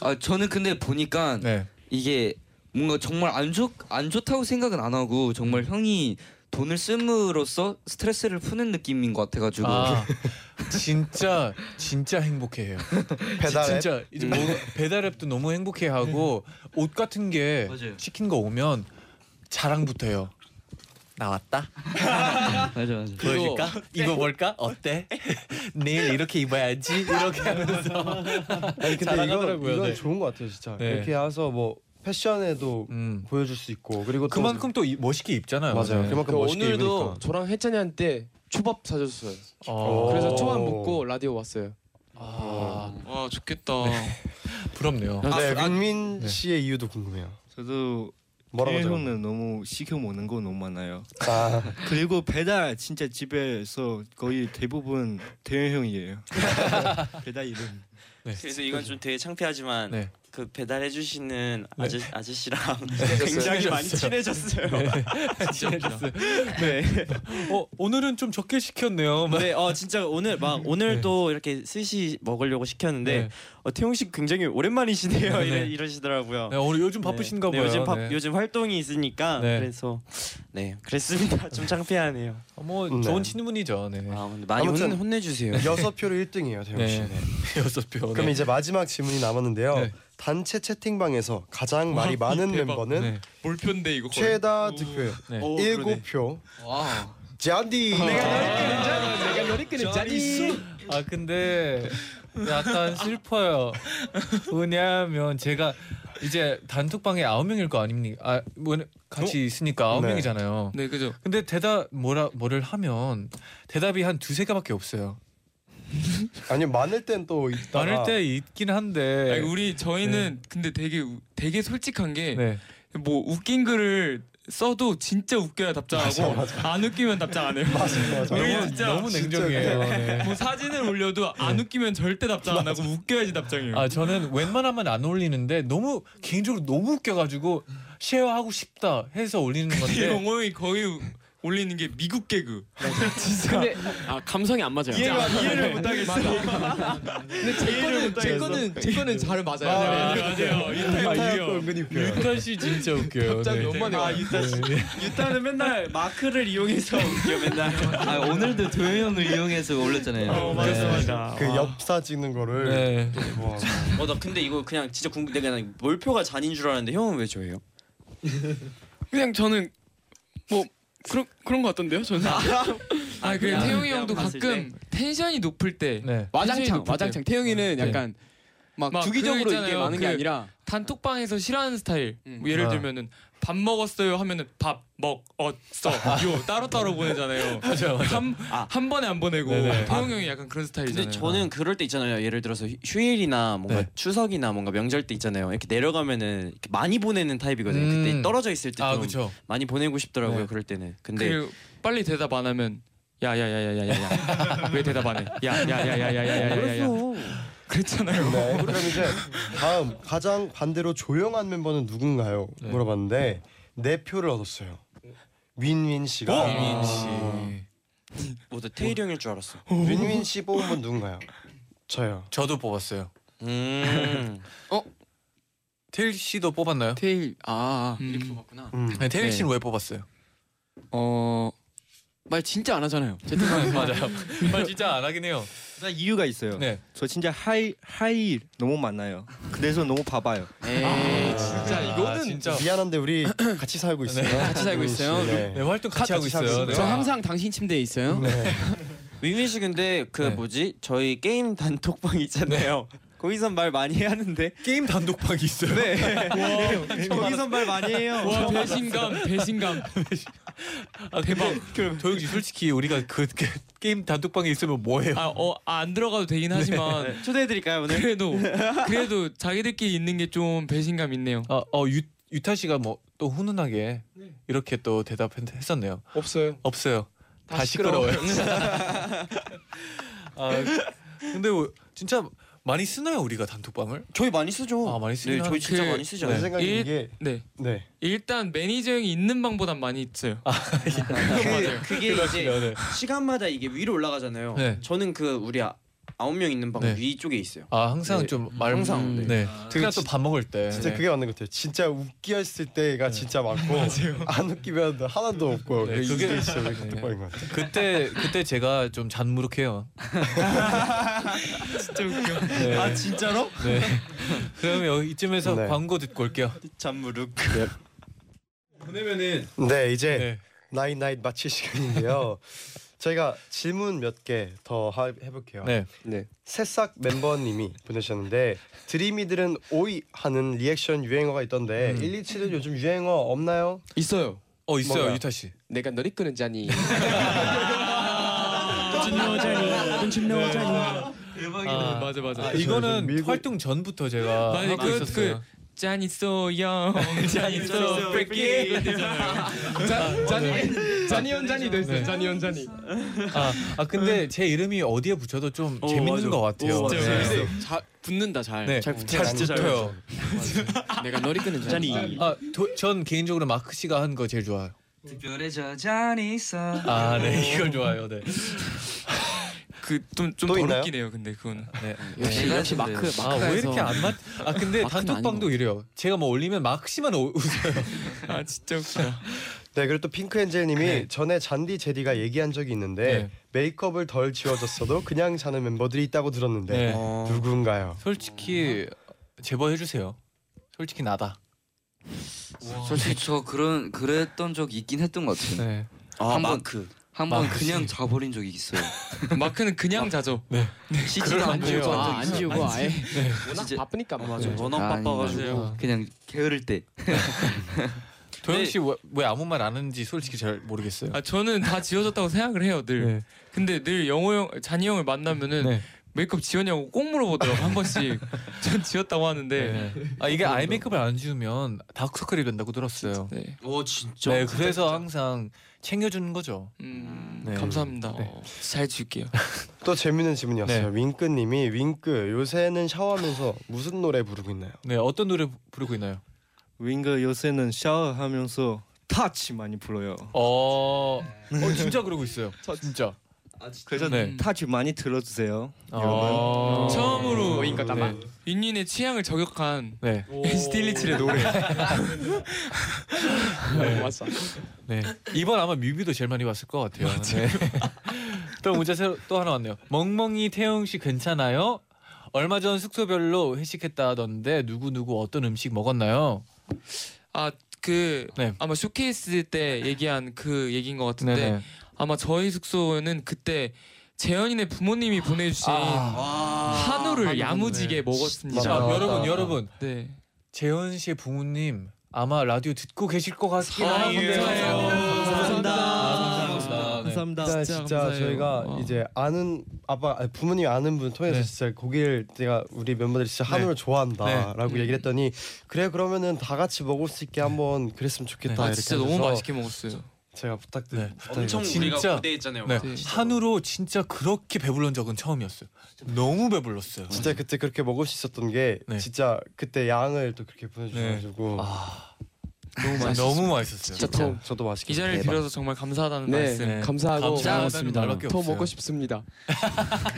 [SPEAKER 6] 아 저는 근데 보니까
[SPEAKER 3] 네.
[SPEAKER 6] 이게 뭔가 정말 안 좋 안 좋다고 생각은 안 하고 정말 형이 돈을 씀으로써 스트레스를 푸는 느낌인 것 같아가지고
[SPEAKER 3] 아, 진짜 진짜 행복해해요.
[SPEAKER 6] 배달앱?
[SPEAKER 3] 진짜 이제 뭐, 배달앱도 너무 행복해하고 옷 같은 게 시킨 거 오면 자랑부터요. 나왔다.
[SPEAKER 6] 맞아 맞아.
[SPEAKER 3] 보여줄까? 이거 뭘까? 어때? 내일 이렇게 입어야지. 이렇게 하면서
[SPEAKER 2] 아니 근데 이건,
[SPEAKER 3] 자랑하더라고요.
[SPEAKER 2] 이건
[SPEAKER 3] 네.
[SPEAKER 2] 좋은 것 같아요 진짜
[SPEAKER 3] 네.
[SPEAKER 2] 이렇게 해서 뭐 패션에도 보여줄 수 있고 그리고 또
[SPEAKER 3] 음, 그만큼 또 이- 멋있게 입잖아요.
[SPEAKER 2] 맞아요.
[SPEAKER 3] 네.
[SPEAKER 2] 그만큼 멋있게
[SPEAKER 4] 오늘도
[SPEAKER 2] 입으니까.
[SPEAKER 4] 저랑 혜찬이한테 초밥 사줬어요.
[SPEAKER 3] 어.
[SPEAKER 4] 그래서 초밥 먹고
[SPEAKER 2] 네,
[SPEAKER 4] 라디오 왔어요.
[SPEAKER 3] 음.
[SPEAKER 5] 와 아, 좋겠다.
[SPEAKER 3] 네. 부럽네요.
[SPEAKER 2] 아, 네,
[SPEAKER 3] 아,
[SPEAKER 2] 윤민 씨의 이유도 궁금해요.
[SPEAKER 8] 저도
[SPEAKER 2] 뭐라고 하죠?
[SPEAKER 8] 태용은 너무 시켜 먹는 거 너무 많아요.
[SPEAKER 2] 아,
[SPEAKER 8] 그리고 배달 진짜 집에서 거의 대부분 태용 형이에요. 배달 이름.
[SPEAKER 12] 그래서 이건 좀 되게 창피하지만
[SPEAKER 3] 네.
[SPEAKER 12] 그 배달해 주시는 아저 아저씨랑
[SPEAKER 3] 친해졌어요. 네.
[SPEAKER 12] 굉장히 많이 친해졌어요. 네.
[SPEAKER 3] 아, 진짜 웃겼어요. 네. 어 오늘은 좀 적게 시켰네요.
[SPEAKER 12] 네, 어 진짜 오늘 막 오늘도 이렇게 스시 먹으려고 시켰는데
[SPEAKER 3] 네.
[SPEAKER 12] 어, 태용 씨 굉장히 오랜만이시네요.
[SPEAKER 3] 네,
[SPEAKER 12] 이러,
[SPEAKER 3] 네.
[SPEAKER 12] 이러시더라고요.
[SPEAKER 3] 네, 오늘 요즘 바쁘신가
[SPEAKER 12] 네,
[SPEAKER 3] 봐요.
[SPEAKER 12] 요즘 바,
[SPEAKER 3] 네.
[SPEAKER 12] 요즘 활동이 있으니까
[SPEAKER 3] 네.
[SPEAKER 12] 그래서 네, 그랬습니다. 좀 창피하네요.
[SPEAKER 3] 어, 뭐
[SPEAKER 12] 네.
[SPEAKER 3] 좋은 친분이죠. 네.
[SPEAKER 12] 아, 근데 많이 아무튼 혼내- 혼내주세요.
[SPEAKER 2] 여섯 표로 1등이에요 태용 씨. 네.
[SPEAKER 3] 여섯 표.
[SPEAKER 2] 그럼
[SPEAKER 3] 네.
[SPEAKER 2] 이제 마지막 질문이 남았는데요. 단체 채팅방에서 가장
[SPEAKER 3] 아,
[SPEAKER 2] 말이
[SPEAKER 5] 와,
[SPEAKER 2] 많은
[SPEAKER 5] 대박.
[SPEAKER 2] 멤버는
[SPEAKER 5] 네. 몰표인데 이거 거의.
[SPEAKER 2] 최다 득표
[SPEAKER 5] 네. 오, 그러네.
[SPEAKER 2] 일곱 표.
[SPEAKER 6] 와.
[SPEAKER 2] 잔디.
[SPEAKER 3] 네. 내가
[SPEAKER 4] 머리 끄는
[SPEAKER 3] 짜리. 아 근데 약간 슬퍼요. 왜냐하면 제가 이제 단톡방에 아홉 명일 거 아닙니까? 아, 뭐 같이 있으니까 아홉
[SPEAKER 5] 네.
[SPEAKER 3] 명이잖아요.
[SPEAKER 5] 네 그죠.
[SPEAKER 3] 근데 대답 뭐라 뭐를 하면 대답이 한 두세 개밖에 없어요.
[SPEAKER 2] 아니 많을 땐 또 있다가
[SPEAKER 3] 많을 때 있긴 한데
[SPEAKER 5] 아. 아니, 우리 저희는 근데 되게 우- 되게 솔직한 게 뭐
[SPEAKER 3] 네.
[SPEAKER 5] 웃긴 글을 써도 진짜 웃겨야 답장하고 안 웃기면 답장 안 해요. 우리
[SPEAKER 3] 너무-
[SPEAKER 5] 진짜
[SPEAKER 3] 너무 냉정해요. 네.
[SPEAKER 5] 뭐 사진을 올려도 안 웃기면 절대 답장 안 하고 웃겨야지 답장해요.
[SPEAKER 3] 아 저는 웬만하면 안 올리는데 너무 개인적으로 너무 웃겨가지고 쉐어하고 싶다 해서 올리는
[SPEAKER 5] 근데
[SPEAKER 3] 건데
[SPEAKER 5] 영호 형이 거의 우- 올리는 게 미국 개그.
[SPEAKER 7] 근데 아 감성이 안 맞아요.
[SPEAKER 5] 이해가- 이해를 못
[SPEAKER 7] 하겠어.
[SPEAKER 4] 근데 제 거는 제 거는 제 거는 잘 맞아요. 네.
[SPEAKER 5] 네.
[SPEAKER 3] 아, 유타 씨 진짜 웃겨요.
[SPEAKER 4] 답장이
[SPEAKER 3] 네.
[SPEAKER 4] 엄마네.
[SPEAKER 12] 아, 유타 씨. 유타는 맨날 마크를 이용해서 웃겨 맨날.
[SPEAKER 6] 아 오늘도 도현 형을 이용해서 올렸잖아요.
[SPEAKER 8] 어,
[SPEAKER 2] 그 엽사 찍는 거를
[SPEAKER 3] 네.
[SPEAKER 5] 네.
[SPEAKER 2] 또 좋아하고.
[SPEAKER 12] 어, 나 근데 이거 그냥 진짜 궁금해. 내가 난 몰표가 잔인 줄 알았는데 형은 왜 저예요?
[SPEAKER 7] 그냥 저는 뭐 그런 그런 거 같던데요. 저는.
[SPEAKER 5] 아
[SPEAKER 4] 네.
[SPEAKER 5] 그래
[SPEAKER 12] 네.
[SPEAKER 5] 태용이 형도 가끔 텐션이 높을 때 텐션이
[SPEAKER 7] 와장창
[SPEAKER 5] 높을 때.
[SPEAKER 7] 와장창 태영이는
[SPEAKER 5] 네.
[SPEAKER 7] 약간 막
[SPEAKER 5] 막
[SPEAKER 7] 주기적으로
[SPEAKER 5] 그거
[SPEAKER 7] 이게
[SPEAKER 5] 있잖아요.
[SPEAKER 7] 많은 게
[SPEAKER 5] 그
[SPEAKER 7] 아니라
[SPEAKER 5] 단톡방에서 싫어하는 스타일.
[SPEAKER 12] 음.
[SPEAKER 5] 뭐
[SPEAKER 7] 아.
[SPEAKER 5] 예를 들면은 밥 먹었어요 하면은 밥 먹었어 요 따로 따로 보내잖아요.
[SPEAKER 3] 맞아요, 맞아요.
[SPEAKER 5] 한, 한 번에 안 보내고
[SPEAKER 1] 네네.
[SPEAKER 5] 태용 형이 약간 그런 스타일이잖아요.
[SPEAKER 12] 근데
[SPEAKER 7] 어.
[SPEAKER 12] 저는 그럴 때 있잖아요. 예를 들어서 휴- 휴일이나 뭔가
[SPEAKER 7] 네.
[SPEAKER 12] 추석이나 뭔가 명절 때 있잖아요. 이렇게 내려가면은 이렇게 많이 보내는 타입이거든요.
[SPEAKER 5] 음.
[SPEAKER 12] 그때 떨어져 있을 때 좀
[SPEAKER 5] 아, 그쵸.
[SPEAKER 12] 많이 보내고 싶더라고요.
[SPEAKER 5] 네.
[SPEAKER 12] 그럴 때는. 근데
[SPEAKER 5] 그리고 빨리 대답 안 하면 야야야야야야야 왜 대답 안 해?
[SPEAKER 7] 그
[SPEAKER 5] 야야야야야야야야 그랬잖아요.
[SPEAKER 2] 네. 그럼 이제 다음 가장 반대로 조용한 멤버는 누군가요? 물어봤는데 네 표를 얻었어요. 윈윈 씨가
[SPEAKER 1] 어?
[SPEAKER 3] 윈윈 씨. 아.
[SPEAKER 1] 뭐다 태일 형일 줄 알았어.
[SPEAKER 2] 음. 윈윈 씨 뽑은 분 누군가요? 저요.
[SPEAKER 3] 저도 뽑았어요.
[SPEAKER 1] 음.
[SPEAKER 3] 테일 씨도 뽑았나요?
[SPEAKER 7] 테일 아 이렇게 뽑았구나.
[SPEAKER 2] 음.
[SPEAKER 3] 네, 테일
[SPEAKER 7] 네.
[SPEAKER 3] 씨는 왜 뽑았어요?
[SPEAKER 7] 어말 진짜 안 하잖아요. 제 생각에
[SPEAKER 3] 맞아요. 말 진짜 안 하긴 해요.
[SPEAKER 8] 나 이유가 있어요.
[SPEAKER 3] 네.
[SPEAKER 8] 저 진짜 하이 하이 너무 많나요. 그래서 너무 바봐요.
[SPEAKER 7] 예. 에이
[SPEAKER 2] 진짜
[SPEAKER 3] 아, 진짜.
[SPEAKER 2] 미안한데 우리 같이 살고 있어요.
[SPEAKER 7] 같이 살고
[SPEAKER 2] 윈윈 씨,
[SPEAKER 7] 있어요?
[SPEAKER 2] 네.
[SPEAKER 3] 네, 활동 같이 하고 있어요. 네.
[SPEAKER 7] 저 항상 당신 침대에 있어요.
[SPEAKER 1] 위민 씨 근데 그
[SPEAKER 3] 네.
[SPEAKER 1] 뭐지 저희 게임 단톡방 있잖아요.
[SPEAKER 7] 네.
[SPEAKER 1] 거기서 말 많이 하는데
[SPEAKER 3] 게임 단독방이 있어요.
[SPEAKER 1] 거기서 말 네. 많이 해요.
[SPEAKER 5] 와 배신감 배신감
[SPEAKER 3] 아, 대박. 도영 씨 솔직히 우리가 그, 그 게임 단독방에 있으면 뭐해요?
[SPEAKER 5] 아어안 들어가도 되긴 하지만
[SPEAKER 1] 초대해 드릴까요 오늘?
[SPEAKER 5] 그래도 그래도 자기들끼리 있는 게 좀 배신감 있네요.
[SPEAKER 3] 아, 어, 유, 유타 씨가 뭐 또 훈훈하게 이렇게 또 대답했었네요.
[SPEAKER 4] 없어요.
[SPEAKER 3] 네. 없어요. 다, 시끄러워요. 아, 근데 뭐 진짜 많이 쓰나요 우리가 단톡방을?
[SPEAKER 1] 저희 많이 쓰죠.
[SPEAKER 3] 아 많이 쓰긴
[SPEAKER 1] 네, 저희 진짜
[SPEAKER 5] 그-
[SPEAKER 1] 많이 쓰죠.
[SPEAKER 2] 제 생각에
[SPEAKER 5] 일-
[SPEAKER 2] 이게
[SPEAKER 5] 네
[SPEAKER 2] 네.
[SPEAKER 5] 일단 매니저 형이 있는 방보단 많이 있어요.
[SPEAKER 1] 그, 그게 이제
[SPEAKER 3] 네.
[SPEAKER 1] 시간마다 이게 위로 올라가잖아요.
[SPEAKER 3] 네.
[SPEAKER 1] 저는 그 우리 아- 아홉 명 있는 방
[SPEAKER 3] 네.
[SPEAKER 1] 위쪽에 있어요.
[SPEAKER 3] 아 항상
[SPEAKER 1] 네.
[SPEAKER 3] 좀 말,
[SPEAKER 1] 항상, 네.
[SPEAKER 3] 네. 특히나
[SPEAKER 2] 진-
[SPEAKER 3] 또밥 먹을 때.
[SPEAKER 2] 진짜
[SPEAKER 3] 네.
[SPEAKER 2] 그게 맞는 것 같아요. 진짜 웃기었을 때가 진짜 많고 안 웃기면 하나도 없고
[SPEAKER 3] 네, 그게-
[SPEAKER 2] 그게 진짜
[SPEAKER 3] 네.
[SPEAKER 2] 독박인 것 같아요.
[SPEAKER 3] 그때 그때 제가 좀 잔무룩해요. 진짜 웃겨. 아 진짜로? 네. 그러면 여기 이쯤에서
[SPEAKER 2] 네.
[SPEAKER 3] 광고 듣고 올게요.
[SPEAKER 1] 잠무룩.
[SPEAKER 2] 네 이제
[SPEAKER 3] 네.
[SPEAKER 2] 나인 나인 마칠 시간인데요. 저희가 질문 몇 개 더 해볼게요.
[SPEAKER 3] 네.
[SPEAKER 2] 새싹 멤버님이 보내셨는데 드림이들은 오이 하는 리액션 유행어가 있던데
[SPEAKER 3] 음.
[SPEAKER 2] 1, 2, 7은 요즘 유행어 없나요?
[SPEAKER 4] 있어요.
[SPEAKER 3] 어 있어요
[SPEAKER 2] 뭐가요?
[SPEAKER 3] 유타 씨.
[SPEAKER 4] 내가 널 이끄는 자니.
[SPEAKER 3] 아,
[SPEAKER 5] 맞아 맞아.
[SPEAKER 3] 아, 이거는
[SPEAKER 2] 밀고-
[SPEAKER 3] 활동 전부터 제가
[SPEAKER 5] 많이
[SPEAKER 3] 하고
[SPEAKER 5] 그-
[SPEAKER 3] 아, 있었어요.
[SPEAKER 5] 짠 있어 형, 짠 있어
[SPEAKER 1] 네.
[SPEAKER 5] 뺏기.
[SPEAKER 3] 네.
[SPEAKER 4] 자니 자니 연자니도 있어요. 자니 연자니.
[SPEAKER 3] 네. 아, 아 근데 제 이름이 어디에 붙여도 좀
[SPEAKER 7] 오,
[SPEAKER 3] 재밌는
[SPEAKER 7] 맞아.
[SPEAKER 3] 것 같아요.
[SPEAKER 7] 오, 맞아.
[SPEAKER 3] 네.
[SPEAKER 7] 재밌어. 자, 붙는다 잘.
[SPEAKER 3] 네.
[SPEAKER 7] 잘 음. 붙여.
[SPEAKER 3] 잘 붙어요.
[SPEAKER 7] 내가 너리 끄는 자.
[SPEAKER 1] 짠이.
[SPEAKER 3] 아, 도, 전 개인적으로 마크 씨가 한 거 제일 좋아요.
[SPEAKER 6] 특별해져 잔 있어.
[SPEAKER 3] 아, 네, 이걸 좋아요. 네.
[SPEAKER 5] 그좀좀
[SPEAKER 2] 또 있나요?
[SPEAKER 5] 더럽기네요. 근데 그건
[SPEAKER 3] 네.
[SPEAKER 6] 역시
[SPEAKER 7] 역시 마크
[SPEAKER 3] 아,
[SPEAKER 7] 마크에서
[SPEAKER 3] 왜 이렇게 안 맞? 아, 근데
[SPEAKER 7] 마크는
[SPEAKER 3] 단톡방도 이래요. 제가 뭐 올리면 마크 씨만 오- 웃어요.
[SPEAKER 5] 아 진짜 웃겨.
[SPEAKER 2] 네 그리고 또 핑크엔젤님이 전에 잔디 제디가 얘기한 적이 있는데
[SPEAKER 3] 네.
[SPEAKER 2] 메이크업을 덜 지워졌어도 그냥 자는 멤버들이 있다고 들었는데
[SPEAKER 3] 네.
[SPEAKER 1] 어.
[SPEAKER 2] 누군가요?
[SPEAKER 3] 솔직히 제보해 주세요. 솔직히 나다. 어.
[SPEAKER 6] 솔직히 저 그런 그랬던 적 있긴 했던 것 같아요.
[SPEAKER 3] 네.
[SPEAKER 1] 아
[SPEAKER 6] 한 번-
[SPEAKER 1] 마크.
[SPEAKER 6] 한 번
[SPEAKER 3] 마크 씨.
[SPEAKER 6] 그냥 자버린 적이 있어요.
[SPEAKER 5] 마크는 그냥 자죠.
[SPEAKER 6] CG도 안
[SPEAKER 7] 지우고
[SPEAKER 6] 지워져.
[SPEAKER 7] 안 지우고 아예
[SPEAKER 4] 워낙
[SPEAKER 6] 진짜-
[SPEAKER 4] 바쁘니까 뭐.
[SPEAKER 1] 네. 맞아. 워낙
[SPEAKER 6] 아,
[SPEAKER 1] 바빠가지고.
[SPEAKER 3] 아니요.
[SPEAKER 6] 그냥 게으를 때.
[SPEAKER 7] 네.
[SPEAKER 3] 도영 씨왜 왜 아무 말 안 하는지 솔직히 잘 모르겠어요.
[SPEAKER 5] 아 저는 다 지워졌다고 생각을 해요 늘.
[SPEAKER 3] 네.
[SPEAKER 5] 근데 늘 영호 형, 잔이 형을 만나면은
[SPEAKER 3] 네.
[SPEAKER 5] 메이크업 지웠냐고 꼭 물어보더라고 한 번씩. 전 지웠다고 하는데.
[SPEAKER 3] 네. 아 이게 아이 메이크업을 안 지우면 다크서클이 된다고 들었어요.
[SPEAKER 5] 네.
[SPEAKER 1] 오 아, 진짜.
[SPEAKER 3] 네, 그래서 항상 챙겨주는 거죠.
[SPEAKER 5] 음,
[SPEAKER 3] 네.
[SPEAKER 5] 감사합니다.
[SPEAKER 3] 네.
[SPEAKER 5] 어, 잘 줄게요.
[SPEAKER 2] 또 재밌는 질문이었어요. 윙크님이 윙크 요새는 샤워하면서 무슨 노래 부르고 있나요?
[SPEAKER 3] 네, 어떤 노래 부르고 있나요?
[SPEAKER 8] 윙거 요새는 샤워하면서 타치 많이 불러요.
[SPEAKER 3] 어, 어 진짜 그러고 있어요. 진짜.
[SPEAKER 8] 그래서
[SPEAKER 3] 네.
[SPEAKER 8] 타치 많이 들어주세요.
[SPEAKER 3] 어...
[SPEAKER 5] 처음으로
[SPEAKER 4] 뭐인가 까마.
[SPEAKER 3] 네.
[SPEAKER 5] 윤인의 취향을 저격한
[SPEAKER 3] 네.
[SPEAKER 5] 스틸리츠의 노래.
[SPEAKER 4] 맞아.
[SPEAKER 3] 네. 이번 아마 뮤비도 제일 많이 봤을 것 같아요. 네. 또 문자 새로 또 하나 왔네요. 멍멍이 태영 씨 괜찮아요? 얼마 전 숙소별로 회식했다던데 누구 누구 어떤 음식 먹었나요?
[SPEAKER 5] 아그
[SPEAKER 3] 네.
[SPEAKER 5] 아마 쇼케이스 때 얘기한 그 얘기인 것 같은데 아마 저희 숙소는 그때 재현이네 부모님이 보내주신
[SPEAKER 3] 아.
[SPEAKER 5] 한우를 야무지게 먹었습니다.
[SPEAKER 3] 자, 여러분 여러분
[SPEAKER 5] 네.
[SPEAKER 3] 재현 씨의 부모님 아마 라디오 듣고 계실 것 같긴
[SPEAKER 5] 사랑해요.
[SPEAKER 3] 한데.
[SPEAKER 1] 아, 네.
[SPEAKER 3] 아, 네.
[SPEAKER 1] 감사합니다.
[SPEAKER 8] 감사합니다.
[SPEAKER 2] 진짜,
[SPEAKER 5] 진짜
[SPEAKER 2] 진짜
[SPEAKER 5] 감사해요. 어.
[SPEAKER 2] 저희가
[SPEAKER 5] 와.
[SPEAKER 2] 이제 아는 아빠 아니, 부모님 아는 분 통해서
[SPEAKER 3] 네.
[SPEAKER 2] 진짜 고기를 제가 우리 멤버들이 진짜
[SPEAKER 3] 네.
[SPEAKER 2] 한우를
[SPEAKER 3] 네.
[SPEAKER 2] 좋아한다라고 얘기를 했더니 그래 그러면은 다 같이 먹을 수 있게 한번 그랬으면 좋겠다
[SPEAKER 5] 아
[SPEAKER 2] 이렇게
[SPEAKER 5] 진짜
[SPEAKER 2] 하셔서
[SPEAKER 5] 너무 맛있게 먹었어요.
[SPEAKER 2] 제가 부탁드
[SPEAKER 3] 네.
[SPEAKER 2] 부탁드립니다.
[SPEAKER 3] 우리가 진짜.
[SPEAKER 1] 무대했잖아요.
[SPEAKER 3] 네. 한우로 진짜 그렇게 배불른 적은 처음이었어요. 너무 배불렀어요.
[SPEAKER 2] 진짜 그때 그렇게 먹을 수 있었던 게
[SPEAKER 3] 네.
[SPEAKER 2] 진짜 그때 양을 또 그렇게 보내주셔가지고
[SPEAKER 3] 아, 너무
[SPEAKER 5] 맛있었어요.
[SPEAKER 3] 너무 맛있었어요.
[SPEAKER 5] 네. 진짜 더-
[SPEAKER 2] 저도 맛있게
[SPEAKER 5] 이 자리를
[SPEAKER 2] 대박.
[SPEAKER 5] 빌어서 정말 감사하다는
[SPEAKER 3] 네,
[SPEAKER 5] 말씀.
[SPEAKER 3] 네.
[SPEAKER 13] 감사하고
[SPEAKER 3] 감사하다는 말밖에
[SPEAKER 13] 더
[SPEAKER 3] 없어요.
[SPEAKER 13] 먹고 싶습니다.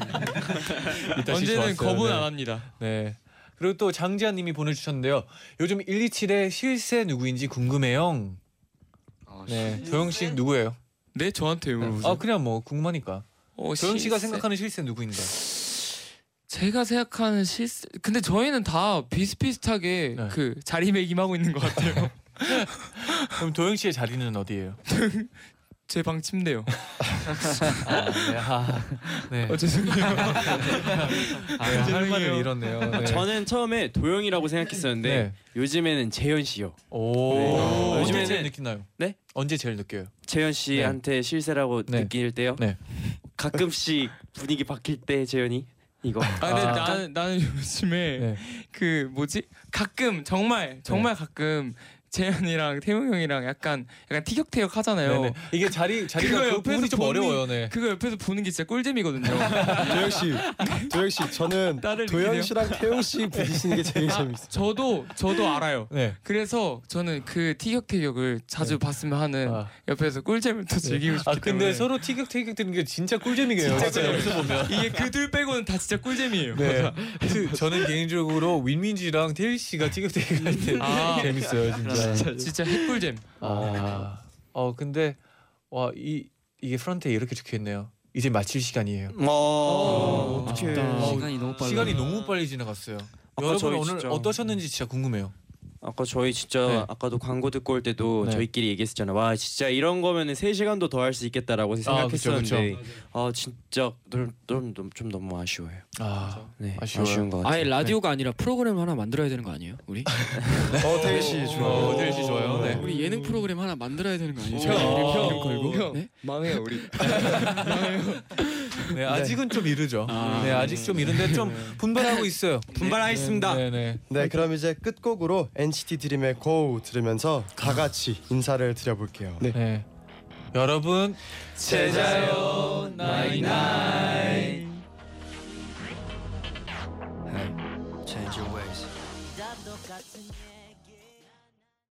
[SPEAKER 3] 이따 시시
[SPEAKER 5] 언제는
[SPEAKER 3] 왔어요.
[SPEAKER 5] 거부는
[SPEAKER 3] 네.
[SPEAKER 5] 안 합니다.
[SPEAKER 3] 네. 그리고 또 장지아 님이 보내주셨는데요. 요즘 127의 실세 누구인지 궁금해요.
[SPEAKER 1] 아,
[SPEAKER 3] 네. 도영 씨 누구예요?
[SPEAKER 5] 네 저한테 물어보세요.
[SPEAKER 3] 아 그냥 뭐 궁금하니까.
[SPEAKER 5] 어,
[SPEAKER 3] 도영 씨가
[SPEAKER 5] 실세.
[SPEAKER 3] 생각하는 실세 누구인가?
[SPEAKER 5] 제가 생각하는 실수 근데 저희는 다 비슷비슷하게 그 자리매김하고 있는 것 같아요.
[SPEAKER 3] 그럼 도영 씨의 자리는 어디예요?
[SPEAKER 5] 제 방 침대요.
[SPEAKER 3] 아, 네. 아, 네.
[SPEAKER 5] 어, 죄송해요.
[SPEAKER 3] 아, 네. 할 말을 잃었네요. 네.
[SPEAKER 1] 저는 처음에 도영이라고 생각했었는데
[SPEAKER 3] 네.
[SPEAKER 1] 요즘에는 재현 씨요.
[SPEAKER 3] 오.
[SPEAKER 1] 네.
[SPEAKER 3] 언제
[SPEAKER 1] 요즘에는-
[SPEAKER 3] 제일 느끼나요?
[SPEAKER 1] 네?
[SPEAKER 3] 언제 제일 느껴요?
[SPEAKER 1] 재현 씨한테 실세라고
[SPEAKER 3] 네.
[SPEAKER 1] 느낄 때요.
[SPEAKER 3] 네.
[SPEAKER 1] 가끔씩 분위기 바뀔 때 재현이 이거.
[SPEAKER 5] 아 근데 나는 나는 요즘에 그 뭐지 가끔 정말 정말 가끔 재현이랑 태용 형이랑 약간 약간 티격태격 하잖아요.
[SPEAKER 3] 네네. 어. 이게 자리 자리가 그 부분이 좀 어려워요. 네.
[SPEAKER 5] 그거 옆에서 보는 게 진짜 꿀잼이거든요.
[SPEAKER 2] 도영 씨, 도영 씨, 저는
[SPEAKER 5] 나를
[SPEAKER 2] 도영
[SPEAKER 5] 믿으세요? 네.
[SPEAKER 2] 씨랑 태용 씨 부딪히는 게 제일
[SPEAKER 5] 아,
[SPEAKER 2] 재밌어요.
[SPEAKER 5] 저도 저도 알아요.
[SPEAKER 3] 네.
[SPEAKER 5] 그래서 저는 그 티격태격을 자주 봤으면 하는 옆에서 꿀잼을 또 즐기고 싶기
[SPEAKER 3] 네. 아 근데
[SPEAKER 5] 때문에.
[SPEAKER 3] 서로 티격태격 되는 게 진짜 꿀잼이에요.
[SPEAKER 5] 진짜
[SPEAKER 3] 진짜 여기서 보면.
[SPEAKER 5] 이게 그 둘 빼고는 다 진짜 꿀잼이에요.
[SPEAKER 3] 네. 그, 저는 개인적으로 윈민지랑 태일 씨가 티격태격 할때
[SPEAKER 5] 아.
[SPEAKER 3] 재밌어요, 진짜.
[SPEAKER 5] 진짜 핵꿀잼.
[SPEAKER 3] 아. 어 근데 와 이 이게 프런트에 이렇게 적혀 있네요. 이제 마칠 시간이에요.
[SPEAKER 1] 어.
[SPEAKER 14] 시간이 너무 빨라.
[SPEAKER 3] 시간이 너무 빨리 지나갔어요.
[SPEAKER 1] 아까
[SPEAKER 3] 여러분
[SPEAKER 1] 저희
[SPEAKER 3] 오늘
[SPEAKER 1] 진짜-
[SPEAKER 3] 어떠셨는지 진짜 궁금해요.
[SPEAKER 1] 아까 저희 진짜
[SPEAKER 3] 네.
[SPEAKER 1] 아까도 광고 듣고 올 때도
[SPEAKER 3] 네.
[SPEAKER 1] 저희끼리 얘기했었잖아. 와 진짜 이런 거면은 3 시간도 더 할 수 있겠다라고
[SPEAKER 3] 아,
[SPEAKER 1] 생각했었는데 아, 진짜 좀좀 좀, 좀 너무 아쉬워요.
[SPEAKER 3] 아,
[SPEAKER 1] 네,
[SPEAKER 3] 아쉬워요.
[SPEAKER 1] 아쉬운 것 같아요.
[SPEAKER 15] 아예 라디오가 아니라 프로그램 하나 만들어야 되는 거 아니에요? 우리?
[SPEAKER 2] 어, 태용 씨 좋아요.
[SPEAKER 3] 어, 태일 씨 좋아요. 네.
[SPEAKER 15] 우리 예능 프로그램 하나 만들어야 되는 거 아니에요?
[SPEAKER 3] 형, 형.
[SPEAKER 15] 걸고. 네?
[SPEAKER 13] 망해요 우리.
[SPEAKER 3] 네, 아직은 좀 이르죠. 네, 아직 좀 이른데 좀 분발하고 있어요.
[SPEAKER 1] 분발하겠습니다.
[SPEAKER 3] 네, 네.
[SPEAKER 2] 네, 그럼 이제 끝곡으로 NCT 드림의 Go 들으면서 다 같이 인사를 드려볼게요.
[SPEAKER 3] 네. 네. 여러분
[SPEAKER 5] 제자요 나이나이.
[SPEAKER 14] Change your ways.
[SPEAKER 16] 나 똑같은 예